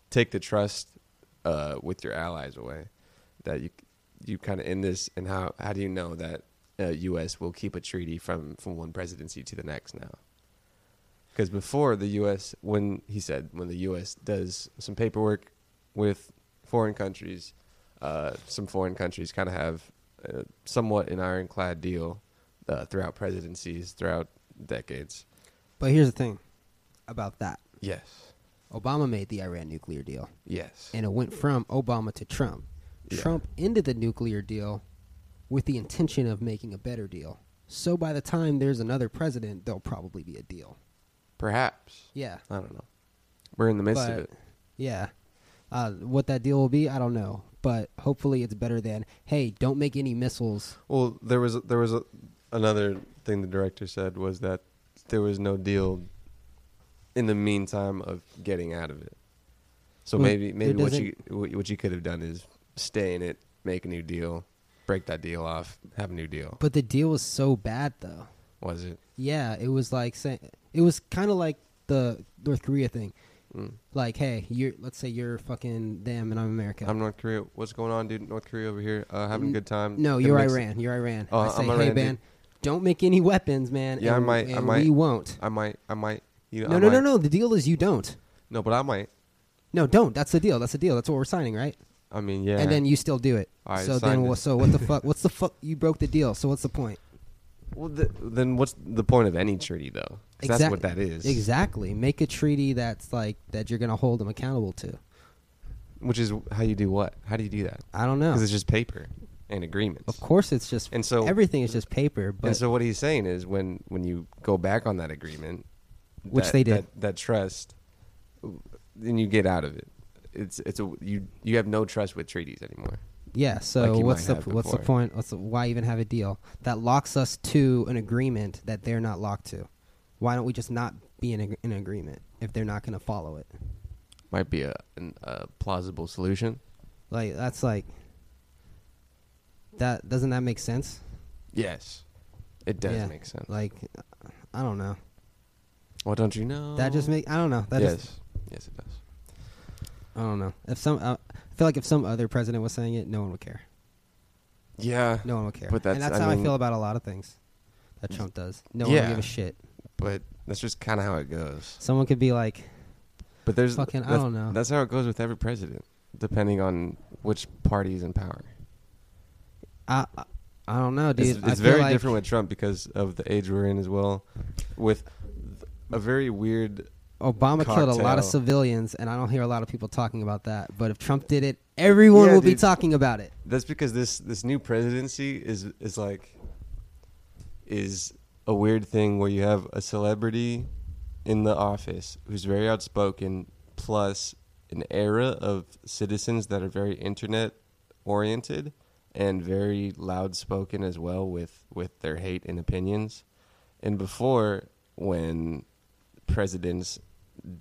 Speaker 2: take the trust uh, with your allies away that you you kind of end this and how how do you know that uh, U.S. will keep a treaty from from one presidency to the next now? Because before the U.S. when he said when the U.S. does some paperwork with foreign countries, uh, some foreign countries kind of have uh, somewhat an ironclad deal uh, throughout presidencies, throughout decades.
Speaker 1: but here's the thing about that:
Speaker 2: Yes,
Speaker 1: Obama made the Iran nuclear deal.
Speaker 2: yes,
Speaker 1: and it went from Obama to Trump.
Speaker 2: Yeah.
Speaker 1: Trump ended the nuclear deal with the intention of making a better deal. So by the time there's another president, there'll probably be a deal.
Speaker 2: perhaps.
Speaker 1: Yeah.
Speaker 2: I don't know. We're in the midst of
Speaker 1: But
Speaker 2: it.
Speaker 1: yeah. Uh, what that deal will be, I don't know. But hopefully it's better than, hey, don't make any missiles.
Speaker 2: Well, there was there was a, another thing the director said was that there was no deal in the meantime of getting out of it. So
Speaker 1: Well,
Speaker 2: maybe maybe
Speaker 1: there
Speaker 2: what you what what you could have done is stay in it, make a new deal, break that deal off, have a new deal.
Speaker 1: But the deal was so bad though.
Speaker 2: was it?
Speaker 1: Yeah, it was like saying it was kind of like the North Korea thing.
Speaker 2: Mm.
Speaker 1: Like, hey, you're let's say you're fucking them and I'm America.
Speaker 2: I'm North Korea. What's going on, dude? North Korea over here, uh, having a good time.
Speaker 1: Mm, No,
Speaker 2: Gonna
Speaker 1: you're
Speaker 2: make s-
Speaker 1: Iran. You're Iran.
Speaker 2: Oh,
Speaker 1: I say,
Speaker 2: I'm
Speaker 1: hey,
Speaker 2: Iran, dude."
Speaker 1: man, don't make any weapons, man.
Speaker 2: Yeah, I
Speaker 1: and-
Speaker 2: might- I
Speaker 1: and
Speaker 2: might-
Speaker 1: We won't.
Speaker 2: I might. I might. You know,
Speaker 1: No,
Speaker 2: I
Speaker 1: no, no,
Speaker 2: might-
Speaker 1: no. The deal is you don't.
Speaker 2: No, but I might.
Speaker 1: No, don't. That's the deal. That's the deal. That's what we're signing, right?
Speaker 2: I mean, yeah.
Speaker 1: And then you still do it.
Speaker 2: All right,
Speaker 1: so
Speaker 2: sign
Speaker 1: then, wha-
Speaker 2: this.
Speaker 1: so what the fuck? What's the fuck? You broke the deal. So what's the point?
Speaker 2: Well, th- then what's the point of any treaty though? 'Cause that's what that is.
Speaker 1: Exactly. Make a treaty that's like that you're gonna hold them accountable to.
Speaker 2: Which is how you do what? How do you do that?
Speaker 1: I don't know.
Speaker 2: Because it's just paper. and agreements.
Speaker 1: Of course, it's just
Speaker 2: And so-
Speaker 1: everything is just paper. But
Speaker 2: and so what he's saying is when when you go back on that agreement,
Speaker 1: Which
Speaker 2: that-
Speaker 1: they did.
Speaker 2: that, that trust, then you get out of it. It's it's a you you have no trust with treaties anymore.
Speaker 1: yeah, so
Speaker 2: like you
Speaker 1: what's the
Speaker 2: might have
Speaker 1: what's the
Speaker 2: before.
Speaker 1: point? What's the, why even have a deal that locks us to an agreement that they're not locked to? Why don't we just not be in ag- in agreement if they're not going to follow it?
Speaker 2: Might be a an, a plausible solution.
Speaker 1: Like that's like that doesn't that make sense?
Speaker 2: Yes, it does
Speaker 1: Yeah.
Speaker 2: make sense.
Speaker 1: Like I don't know.
Speaker 2: Well, don't you know?
Speaker 1: That just make I don't know. That
Speaker 2: yes,
Speaker 1: just
Speaker 2: yes it does.
Speaker 1: I don't know. If some I I feel like if some other president was saying it, no one would care.
Speaker 2: Yeah.
Speaker 1: No one would care.
Speaker 2: But that's
Speaker 1: and that's
Speaker 2: I
Speaker 1: how
Speaker 2: mean,
Speaker 1: I feel about a lot of things that Trump does. No one would
Speaker 2: Yeah.
Speaker 1: give a shit.
Speaker 2: But that's just kind of how it goes.
Speaker 1: Someone could be like,
Speaker 2: But there's
Speaker 1: Fucking- I
Speaker 2: that's-
Speaker 1: don't know.
Speaker 2: That's how it goes with every president, depending on which party is in power.
Speaker 1: I, I, I don't know, dude.
Speaker 2: It's,
Speaker 1: I
Speaker 2: it's
Speaker 1: feel
Speaker 2: very
Speaker 1: like-
Speaker 2: different with Trump because of the age we're in as well, with a very weird.
Speaker 1: Obama killed a lot
Speaker 2: cocktail.
Speaker 1: of civilians, and I don't hear a lot of people talking about that. But if Trump did it, everyone
Speaker 2: Yeah,
Speaker 1: will be
Speaker 2: dude.
Speaker 1: talking about it.
Speaker 2: That's because this this new presidency is is like is a weird thing where you have a celebrity in the office who's very outspoken, plus an era of citizens that are very internet oriented and very loud spoken as well with, with their hate and opinions. And before, when presidents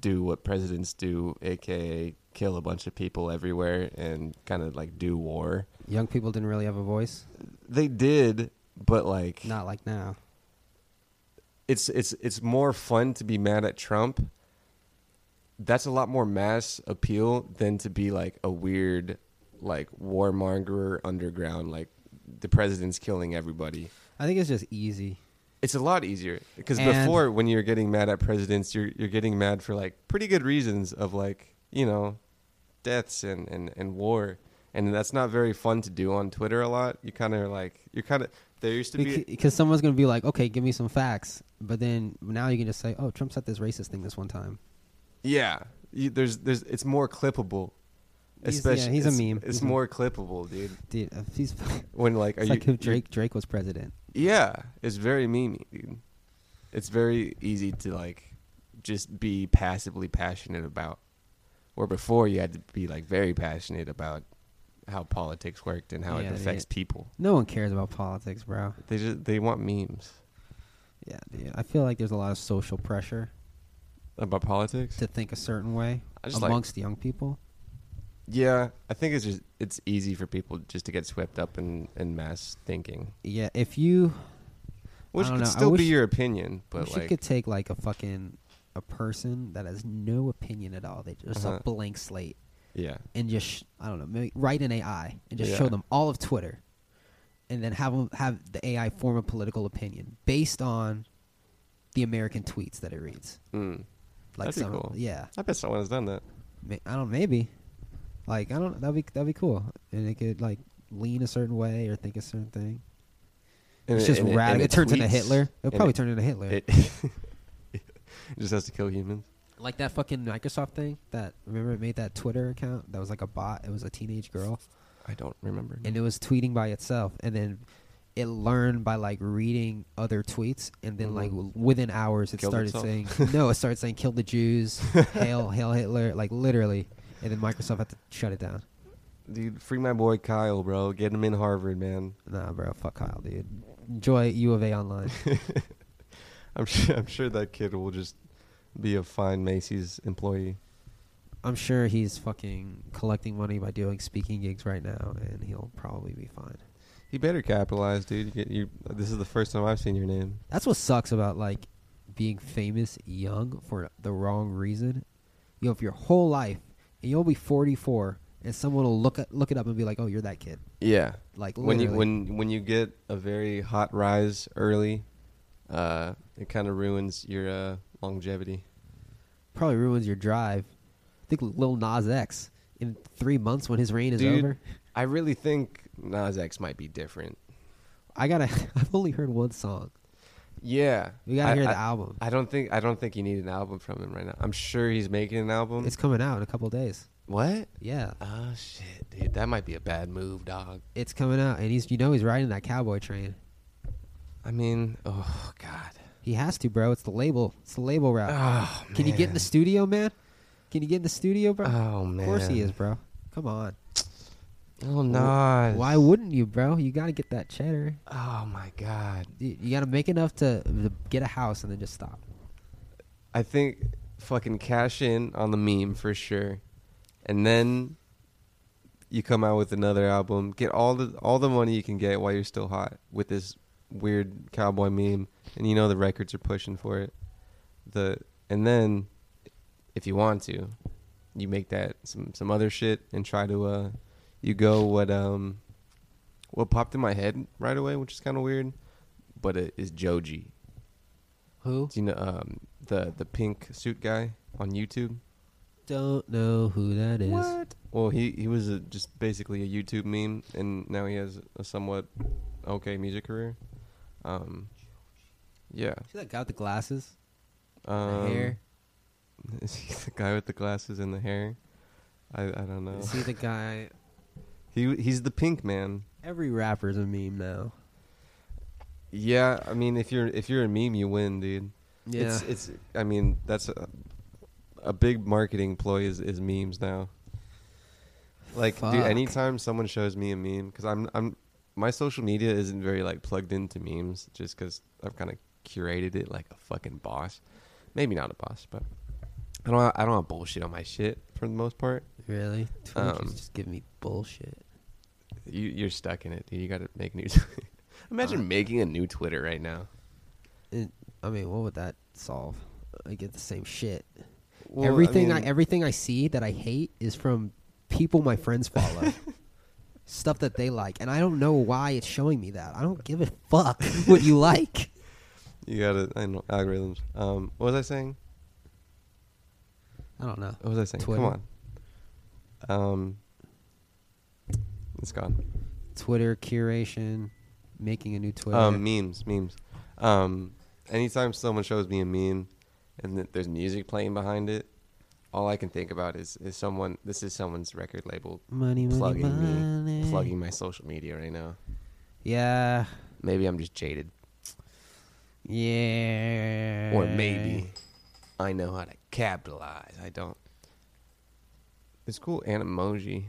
Speaker 2: do what presidents do, aka kill a bunch of people everywhere and kind of like do war,
Speaker 1: Young people didn't really have a voice.
Speaker 2: they did, but like
Speaker 1: Not like now.
Speaker 2: it's it's it's more fun to be mad at Trump. That's a lot more mass appeal than to be like a weird, like warmonger underground, like the president's killing everybody.
Speaker 1: I think it's just easy.
Speaker 2: It's a lot easier because
Speaker 1: And-
Speaker 2: before, when you're getting mad at presidents, you're you're getting mad for like pretty good reasons of like you know, deaths and and and war, and that's not very fun to do on Twitter a lot. You kind of like you're kind of there used to be
Speaker 1: because someone's going to be like, okay, give me some facts. But then now you can just say, oh, Trump said this racist thing this one time.
Speaker 2: Yeah, you, there's there's it's more clippable.
Speaker 1: He's- yeah, he's a
Speaker 2: it's-
Speaker 1: meme.
Speaker 2: It's
Speaker 1: He's a-
Speaker 2: more clippable, dude.
Speaker 1: Dude, if he's
Speaker 2: When like, are
Speaker 1: it's
Speaker 2: you
Speaker 1: like if
Speaker 2: you're-
Speaker 1: Drake Drake was president.
Speaker 2: Yeah, it's very memey, dude. It's very easy to like just be passively passionate about. Where before you had to be like very passionate about how politics worked and how
Speaker 1: Yeah, they-
Speaker 2: it affects people.
Speaker 1: No one cares about politics, bro.
Speaker 2: They just they want memes
Speaker 1: Yeah, dude. I feel like there's a lot of social pressure
Speaker 2: about politics.
Speaker 1: to think a certain way
Speaker 2: I just like-
Speaker 1: amongst young people.
Speaker 2: yeah, I think it's just it's easy for people just to get swept up in in mass thinking,
Speaker 1: Yeah, if you
Speaker 2: which
Speaker 1: don't
Speaker 2: could
Speaker 1: know, I
Speaker 2: still be
Speaker 1: wish-
Speaker 2: your opinion, but
Speaker 1: if you
Speaker 2: like
Speaker 1: could take like a fucking a person that has no opinion at all, they just
Speaker 2: Uh-huh.
Speaker 1: a blank slate
Speaker 2: yeah.
Speaker 1: and just sh- I don't know, maybe write an AI and just show
Speaker 2: Yeah.
Speaker 1: them all of Twitter, and then have 'em- have the AI form a political opinion based on the American tweets that it reads.
Speaker 2: Mm. That'd be
Speaker 1: some,
Speaker 2: cool.
Speaker 1: yeah,
Speaker 2: I bet someone has done that.
Speaker 1: Ma- I don't maybe, like I don't that'd be that'd be cool, and it could like lean a certain way or think a certain thing.
Speaker 2: And
Speaker 1: it's just
Speaker 2: and
Speaker 1: radical.
Speaker 2: and
Speaker 1: It, turns into
Speaker 2: tweets.
Speaker 1: Hitler.
Speaker 2: And
Speaker 1: It'll probably turn into Hitler.
Speaker 2: It, it just has to kill humans.
Speaker 1: like that fucking Microsoft thing that remember it made that Twitter account that was like a bot. It was a teenage girl
Speaker 2: I don't remember.
Speaker 1: and it was tweeting by itself, and then it learned by like reading other tweets, and then like w- within hours it
Speaker 2: Mm-hmm. Killed
Speaker 1: started
Speaker 2: itself.
Speaker 1: saying no, it started saying kill the Jews, hail hail Hitler, like literally, and then Microsoft had to shut it down.
Speaker 2: Dude, free my boy Kyle, bro. Get him in Harvard, man.
Speaker 1: Nah, bro, fuck Kyle, dude. Enjoy U of A online.
Speaker 2: I'm sure. I'm sure that kid will just be a fine Macy's employee.
Speaker 1: I'm sure he's fucking collecting money by doing speaking gigs right now, and he'll probably be fine.
Speaker 2: He better capitalize, dude. You get you. This is the first time I've seen your name.
Speaker 1: That's what sucks about like being famous young for the wrong reason. You have your whole life, and you'll be 44, and someone will look at, look it up and be like, "Oh, you're that kid."
Speaker 2: Yeah.
Speaker 1: Like
Speaker 2: when you
Speaker 1: literally.
Speaker 2: when when you get a very hot rise early, uh, it kind of ruins your uh, longevity.
Speaker 1: probably ruins your drive. I think Lil Nas X in three months when his reign is
Speaker 2: Dude,
Speaker 1: over.
Speaker 2: I really think Nas X might be different.
Speaker 1: I gotta. I've only heard one song.
Speaker 2: Yeah,
Speaker 1: We gotta
Speaker 2: I-
Speaker 1: hear the
Speaker 2: I-
Speaker 1: album.
Speaker 2: I don't think I don't think you need an album from him right now. I'm sure he's making an album.
Speaker 1: It's coming out in a couple days.
Speaker 2: What?
Speaker 1: Yeah,
Speaker 2: Oh shit,
Speaker 5: Dude, that might be a bad move, dog.
Speaker 1: it's coming out, and he's you know he's riding that cowboy train.
Speaker 2: I mean, oh god.
Speaker 1: He has to, bro. It's the label. It's the label route.
Speaker 2: Oh,
Speaker 1: Can you get in
Speaker 2: man.
Speaker 1: the studio, man? Can you get in the studio, bro?
Speaker 2: Oh man.
Speaker 1: of course he is, bro. Come on.
Speaker 2: Oh no.
Speaker 1: Why wouldn't you, bro? You got to get that cheddar.
Speaker 2: Oh my god.
Speaker 1: You, got to make enough to, to get a house and then just stop.
Speaker 2: I think fucking cash in on the meme for sure, and then you come out with another album. Get all the all the money you can get while you're still hot with this weird cowboy meme, and you know the records are pushing for it. The and then if you want to, you make that some some other shit and try to uh you go what um what popped in my head right away, which is kind of weird, but it is Joji.
Speaker 1: Who?
Speaker 2: Do you know um, the the pink suit guy on YouTube?
Speaker 1: Don't know who that is.
Speaker 2: Well, he he was a, just basically a YouTube meme, and now he has a somewhat okay music career. Um, yeah.
Speaker 1: See that guy with the glasses,
Speaker 2: Um,
Speaker 1: the hair.
Speaker 2: Is he the guy with the glasses and the hair? I I don't know.
Speaker 1: Is he the guy?
Speaker 2: He he's the pink man.
Speaker 1: Every rapper's a meme now.
Speaker 2: Yeah, I mean if you're if you're a meme, you win, dude.
Speaker 1: Yeah.
Speaker 2: It's it's I mean that's a, a big marketing ploy is, is memes now. Like dude,
Speaker 1: Fuck.
Speaker 2: anytime someone shows me a meme cuz I'm I'm my social media isn't very like plugged into memes just cuz I've kind of curated it like a fucking boss. Maybe not a boss, but I don't I don't have bullshit on my shit for the most part.
Speaker 1: Really? Twitch
Speaker 2: Um,
Speaker 1: is just giving me bullshit.
Speaker 2: You you're stuck in it, dude. You got to make new Imagine
Speaker 1: Uh.
Speaker 2: making a new Twitter right now.
Speaker 1: It, I mean, what would that solve? I get the same shit.
Speaker 2: Well, I
Speaker 1: everything I,
Speaker 2: mean-
Speaker 1: everything I see that I hate is from people my friends follow. Stuff that they like, and I don't know why it's showing me that. I don't give a fuck what you like.
Speaker 2: You got to I know algorithms. Um what was I saying?
Speaker 1: I don't know.
Speaker 2: What was I saying?
Speaker 1: Twitter.
Speaker 2: Come on. Um, it's gone.
Speaker 1: Twitter curation, making a new Twitter.
Speaker 2: Um, memes, memes. Um, anytime someone shows me a meme, and that there's music playing behind it, all I can think about is is someone. This is someone's record label
Speaker 1: money, money,
Speaker 2: plugging
Speaker 1: money.
Speaker 2: me, plugging my social media right now.
Speaker 1: Yeah,
Speaker 2: Maybe I'm just jaded,
Speaker 1: yeah.
Speaker 2: or maybe I know how to capitalize. I don't. It's cool. Animoji.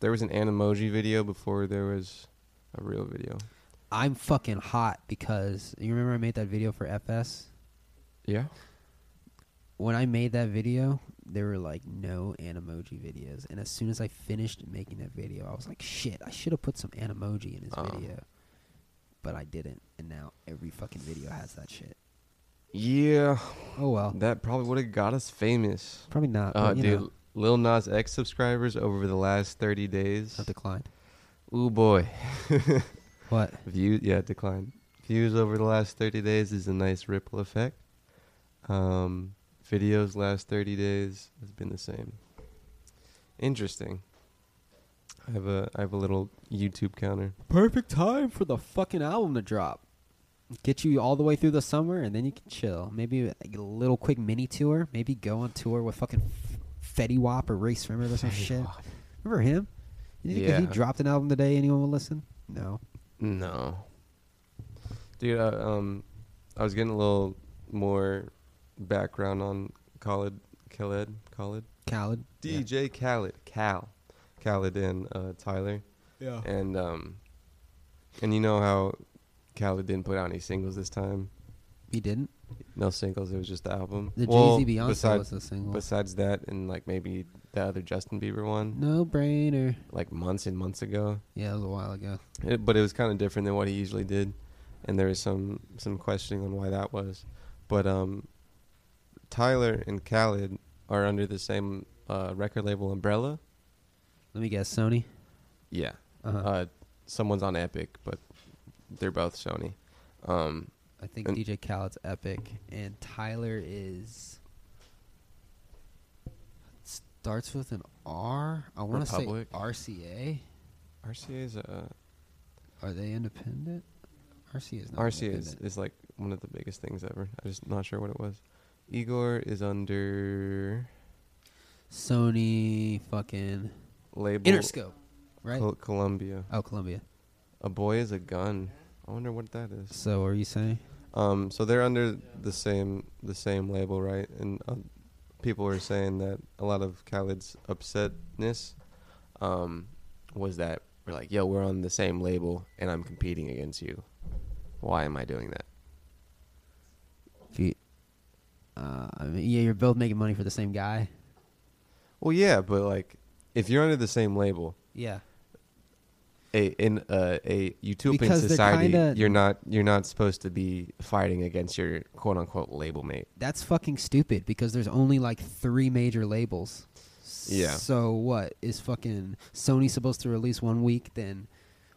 Speaker 2: There was an Animoji video before there was a real video.
Speaker 1: I'm fucking hot because you remember I made that video for FS.
Speaker 2: Yeah.
Speaker 1: when I made that video, there were like no animoji videos. And as soon as I finished making that video, I was like, shit, I should have put some animoji in this
Speaker 2: Oh.
Speaker 1: video. But I didn't. And now every fucking video has that shit.
Speaker 2: Yeah,
Speaker 1: Oh well.
Speaker 2: that probably would have got us famous.
Speaker 1: Probably not.
Speaker 2: Uh,
Speaker 1: but, you
Speaker 2: dude,
Speaker 1: Know,
Speaker 2: Lil Nas X subscribers over the last 30 days.
Speaker 1: I've declined.
Speaker 2: Ooh boy,
Speaker 1: What?
Speaker 2: view yeah decline. Views over the last 30 days is a nice ripple effect. Um, videos last 30 days has been the same. Interesting. I have a I have a little YouTube counter.
Speaker 1: Perfect time for the fucking album to drop. Get you all the way through the summer and then you can chill. Maybe like, a little quick mini tour. Maybe go on tour with fucking Fetty Wap or Ray Swimmers or some shit. Remember him? You think if
Speaker 2: Yeah.
Speaker 1: he dropped an album today, anyone would listen? No.
Speaker 2: No. Dude, I, um, I was getting a little more background on Khalid, Khaled, Khaled,
Speaker 1: Khaled.
Speaker 2: DJ Khaled, Cal, Khaled and uh, Tyler,
Speaker 1: Yeah.
Speaker 2: and um, and you know how Khaled didn't put out any singles this time.
Speaker 1: He didn't.
Speaker 2: No singles. It was just the album.
Speaker 1: The
Speaker 2: Well,
Speaker 1: Jay Z Beyonce
Speaker 2: beside-
Speaker 1: was a single.
Speaker 2: Besides that, and like maybe the other Justin Bieber one,
Speaker 1: no brainer.
Speaker 2: like months and months ago.
Speaker 1: Yeah, it was a while ago.
Speaker 2: it, but it was kind of different than what he usually did, and there was some some questioning on why that was. But um, Tyler and Khaled are under the same uh, record label umbrella.
Speaker 1: Let me guess, Sony.
Speaker 2: Yeah,
Speaker 1: Uh-huh.
Speaker 2: uh, someone's on Epic, but they're both Sony. Um,
Speaker 1: I think
Speaker 2: And-
Speaker 1: DJ Khaled's epic, and Tyler is starts with an R. I want to say
Speaker 2: Republic?
Speaker 1: RCA.
Speaker 2: RCA is uh,
Speaker 1: Are they independent? RCA is not.
Speaker 2: RCA is,
Speaker 1: independent.
Speaker 2: is like one of the biggest things ever. I'm just not sure what it was. Igor is under
Speaker 1: Sony fucking
Speaker 2: Label
Speaker 1: Interscope, right?
Speaker 2: Col- Columbia.
Speaker 1: Oh, Columbia.
Speaker 2: A boy is a gun. I wonder what that is.
Speaker 1: So, what are you saying?
Speaker 2: Um, so they're under the same the same label, right? And uh, people were saying that a lot of Khaled's upsetness um, was that we're like, "Yo, we're on the same label, and I'm competing against you. Why am I doing that?"
Speaker 1: If you, uh, I mean, yeah, you're both making money for the same guy.
Speaker 2: Well, yeah, but like, if you're under the same label,
Speaker 1: Yeah.
Speaker 2: a in uh, a utopian
Speaker 1: Because they're
Speaker 2: society,
Speaker 1: kinda-
Speaker 2: you're not you're not supposed to be fighting against your quote unquote label mate.
Speaker 1: That's fucking stupid because there's only like three major labels.
Speaker 2: Yeah.
Speaker 1: So what is fucking Sony supposed to release one week, then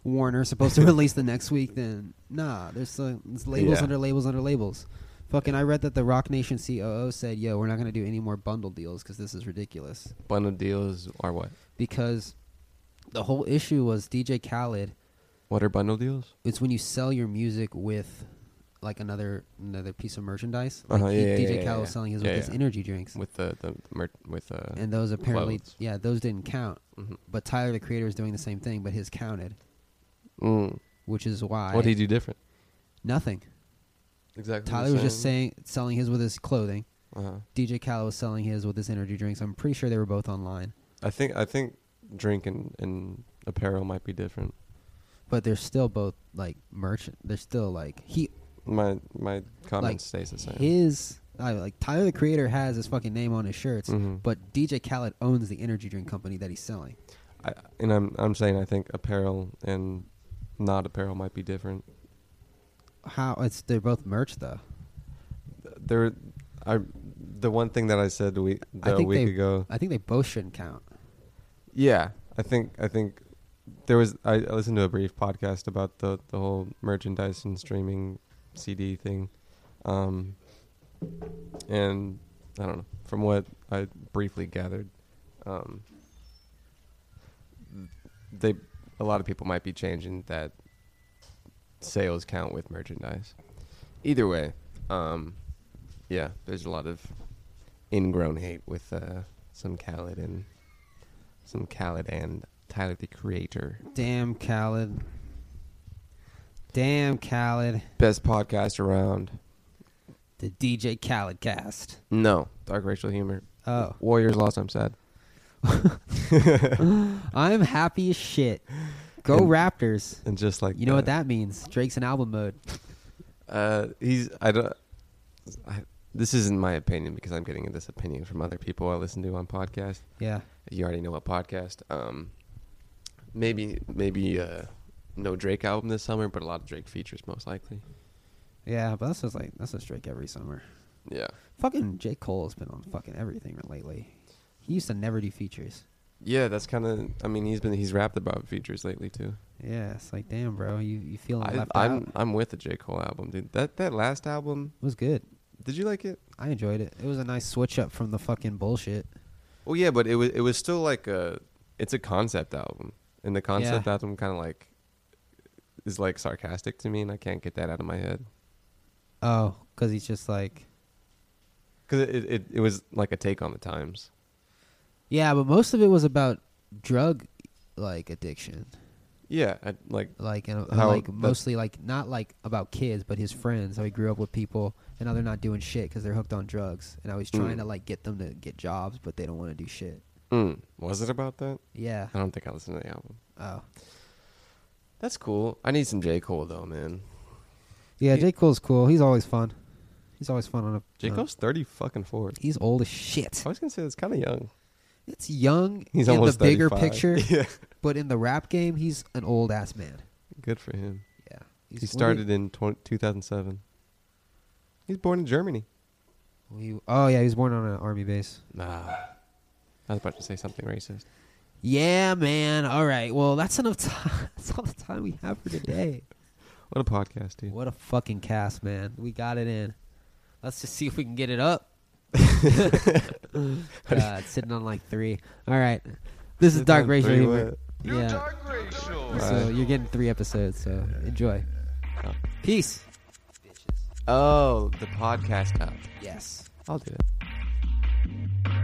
Speaker 1: Warner supposed to release the next week? Then nah, there's, uh, there's labels
Speaker 2: Yeah.
Speaker 1: under labels under labels. Fucking, I read that the Rock Nation COO said, "Yo, we're not gonna do any more bundle deals because this is ridiculous."
Speaker 2: Bundle deals are what?
Speaker 1: Because the whole issue was DJ Khaled
Speaker 2: What are bundle deals?
Speaker 1: it's when you sell your music with like another another piece of merchandise. Like
Speaker 2: Uh-huh,
Speaker 1: he-
Speaker 2: yeah, yeah,
Speaker 1: DJ
Speaker 2: yeah,
Speaker 1: Khaled
Speaker 2: yeah.
Speaker 1: was selling his
Speaker 2: Yeah,
Speaker 1: with his
Speaker 2: yeah.
Speaker 1: energy drinks,
Speaker 2: With the the mer- with uh,
Speaker 1: and those apparently,
Speaker 2: clothes.
Speaker 1: yeah, those didn't count.
Speaker 2: Mhm.
Speaker 1: But Tyler the Creator is doing the same thing, but his counted,
Speaker 2: Mm.
Speaker 1: which is why
Speaker 2: What did he do different?
Speaker 1: nothing.
Speaker 2: Exactly.
Speaker 1: Tyler was just saying selling his with his clothing.
Speaker 2: uh
Speaker 1: DJ Khaled was selling his with his energy drinks. I'm pretty sure they were both online,
Speaker 2: I think I think drink and, and apparel might be different.
Speaker 1: but they're still both like merch. They're still like he
Speaker 2: My my comment
Speaker 1: Like,
Speaker 2: stays the same.
Speaker 1: his uh, like Tyler the Creator has his fucking name on his shirts,
Speaker 2: Mhm.
Speaker 1: but DJ Khaled owns the energy drink company that he's selling.
Speaker 2: I, and I'm I'm saying I think apparel and not apparel might be different.
Speaker 1: How it's they're both merch though.
Speaker 2: There, I the one thing that I said a week
Speaker 1: I
Speaker 2: the
Speaker 1: think
Speaker 2: week
Speaker 1: they,
Speaker 2: ago.
Speaker 1: I think they both shouldn't count.
Speaker 2: Yeah, I think I think there was I, I listened to a brief podcast about the the whole merchandise and streaming CD thing, um, and I don't know from what I briefly gathered, um, they a lot of people might be changing that sales count with merchandise. Either way, um, yeah, there's a lot of ingrown hate with uh, some Khaled and some Khaled and Tyler the Creator.
Speaker 1: Damn Khaled. Damn Khaled.
Speaker 2: Best podcast around.
Speaker 1: The DJ Khaled cast.
Speaker 2: No, dark racial humor.
Speaker 1: Oh,
Speaker 2: Warriors lost. I'm sad.
Speaker 1: I'm happy as shit. Go
Speaker 2: And-
Speaker 1: Raptors.
Speaker 2: And just like
Speaker 1: You know what that means? Drake's in album mode.
Speaker 2: Uh, he's I don't. I, this isn't my opinion because I'm getting this opinion from other people I listen to on podcast.
Speaker 1: Yeah.
Speaker 2: You already know what podcast. Um, maybe maybe uh, no Drake album this summer, but a lot of Drake features most likely.
Speaker 1: Yeah, but that's just like that's just Drake every summer.
Speaker 2: Yeah.
Speaker 1: Fucking J. Cole's been on fucking everything lately. He used to never do features.
Speaker 2: Yeah, that's kind of. I mean, he's been he's rapped about features lately too.
Speaker 1: Yeah, it's like damn bro, you, you feeling
Speaker 2: I,
Speaker 1: left out.
Speaker 2: I'm
Speaker 1: It
Speaker 2: I'm with the J Cole album, dude. That that last album,
Speaker 1: was good.
Speaker 2: did you like it?
Speaker 1: I enjoyed it. It was a nice switch up from the fucking bullshit.
Speaker 2: Well, yeah, but it was it was still like a it's a concept album, and the concept
Speaker 1: Yeah.
Speaker 2: album kind of like is like sarcastic to me, and I can't get that out of my head
Speaker 1: Oh, because he's just like,
Speaker 2: because it, it it was like a take on the times.
Speaker 1: yeah, but most of it was about drug like addiction,
Speaker 2: Yeah, I, like
Speaker 1: like and, and,
Speaker 2: How-
Speaker 1: like
Speaker 2: that's-
Speaker 1: mostly like not like about kids, but his friends. How he grew up with people, and now they're not doing shit because they're hooked on drugs. And I was trying
Speaker 2: Mm.
Speaker 1: to like get them to get jobs, but they don't want to do shit.
Speaker 2: mm, was it about that?
Speaker 1: Yeah.
Speaker 2: I don't think I listened to the album.
Speaker 1: Oh.
Speaker 2: That's cool. I need some J Cole though, man.
Speaker 1: Yeah,
Speaker 2: He-
Speaker 1: J Cole's cool. He's always fun. He's always fun on a.
Speaker 2: J
Speaker 1: on-
Speaker 2: Cole's thirty fucking four.
Speaker 1: He's old as shit.
Speaker 2: I was gonna say that's kind of young.
Speaker 1: It's young
Speaker 2: He's
Speaker 1: in
Speaker 2: almost
Speaker 1: the bigger
Speaker 2: 35.
Speaker 1: picture,
Speaker 2: Yeah,
Speaker 1: but in the rap game, he's an old ass man.
Speaker 2: good for him.
Speaker 1: Yeah.
Speaker 2: he
Speaker 1: when did-
Speaker 2: started in tw- 2007. He's born in Germany.
Speaker 1: We, oh yeah, he was born on an army base.
Speaker 2: Nah. I was about to say something racist.
Speaker 1: Yeah, man. All right. Well, that's enough time. that's all the time we have for today.
Speaker 2: What a podcast, dude.
Speaker 1: what a fucking cast, man. We got it in. Let's just see if we can get it up. God, sitting on like three. All right. This is
Speaker 2: Sitting
Speaker 1: Dark
Speaker 2: on
Speaker 1: Racial
Speaker 2: three,
Speaker 1: Humor.
Speaker 2: what?
Speaker 3: New
Speaker 1: Yeah.
Speaker 3: Dark Racial.
Speaker 1: So you're getting three episodes. So enjoy. Peace.
Speaker 2: Oh, the podcast app.
Speaker 1: Yes.
Speaker 2: I'll do it.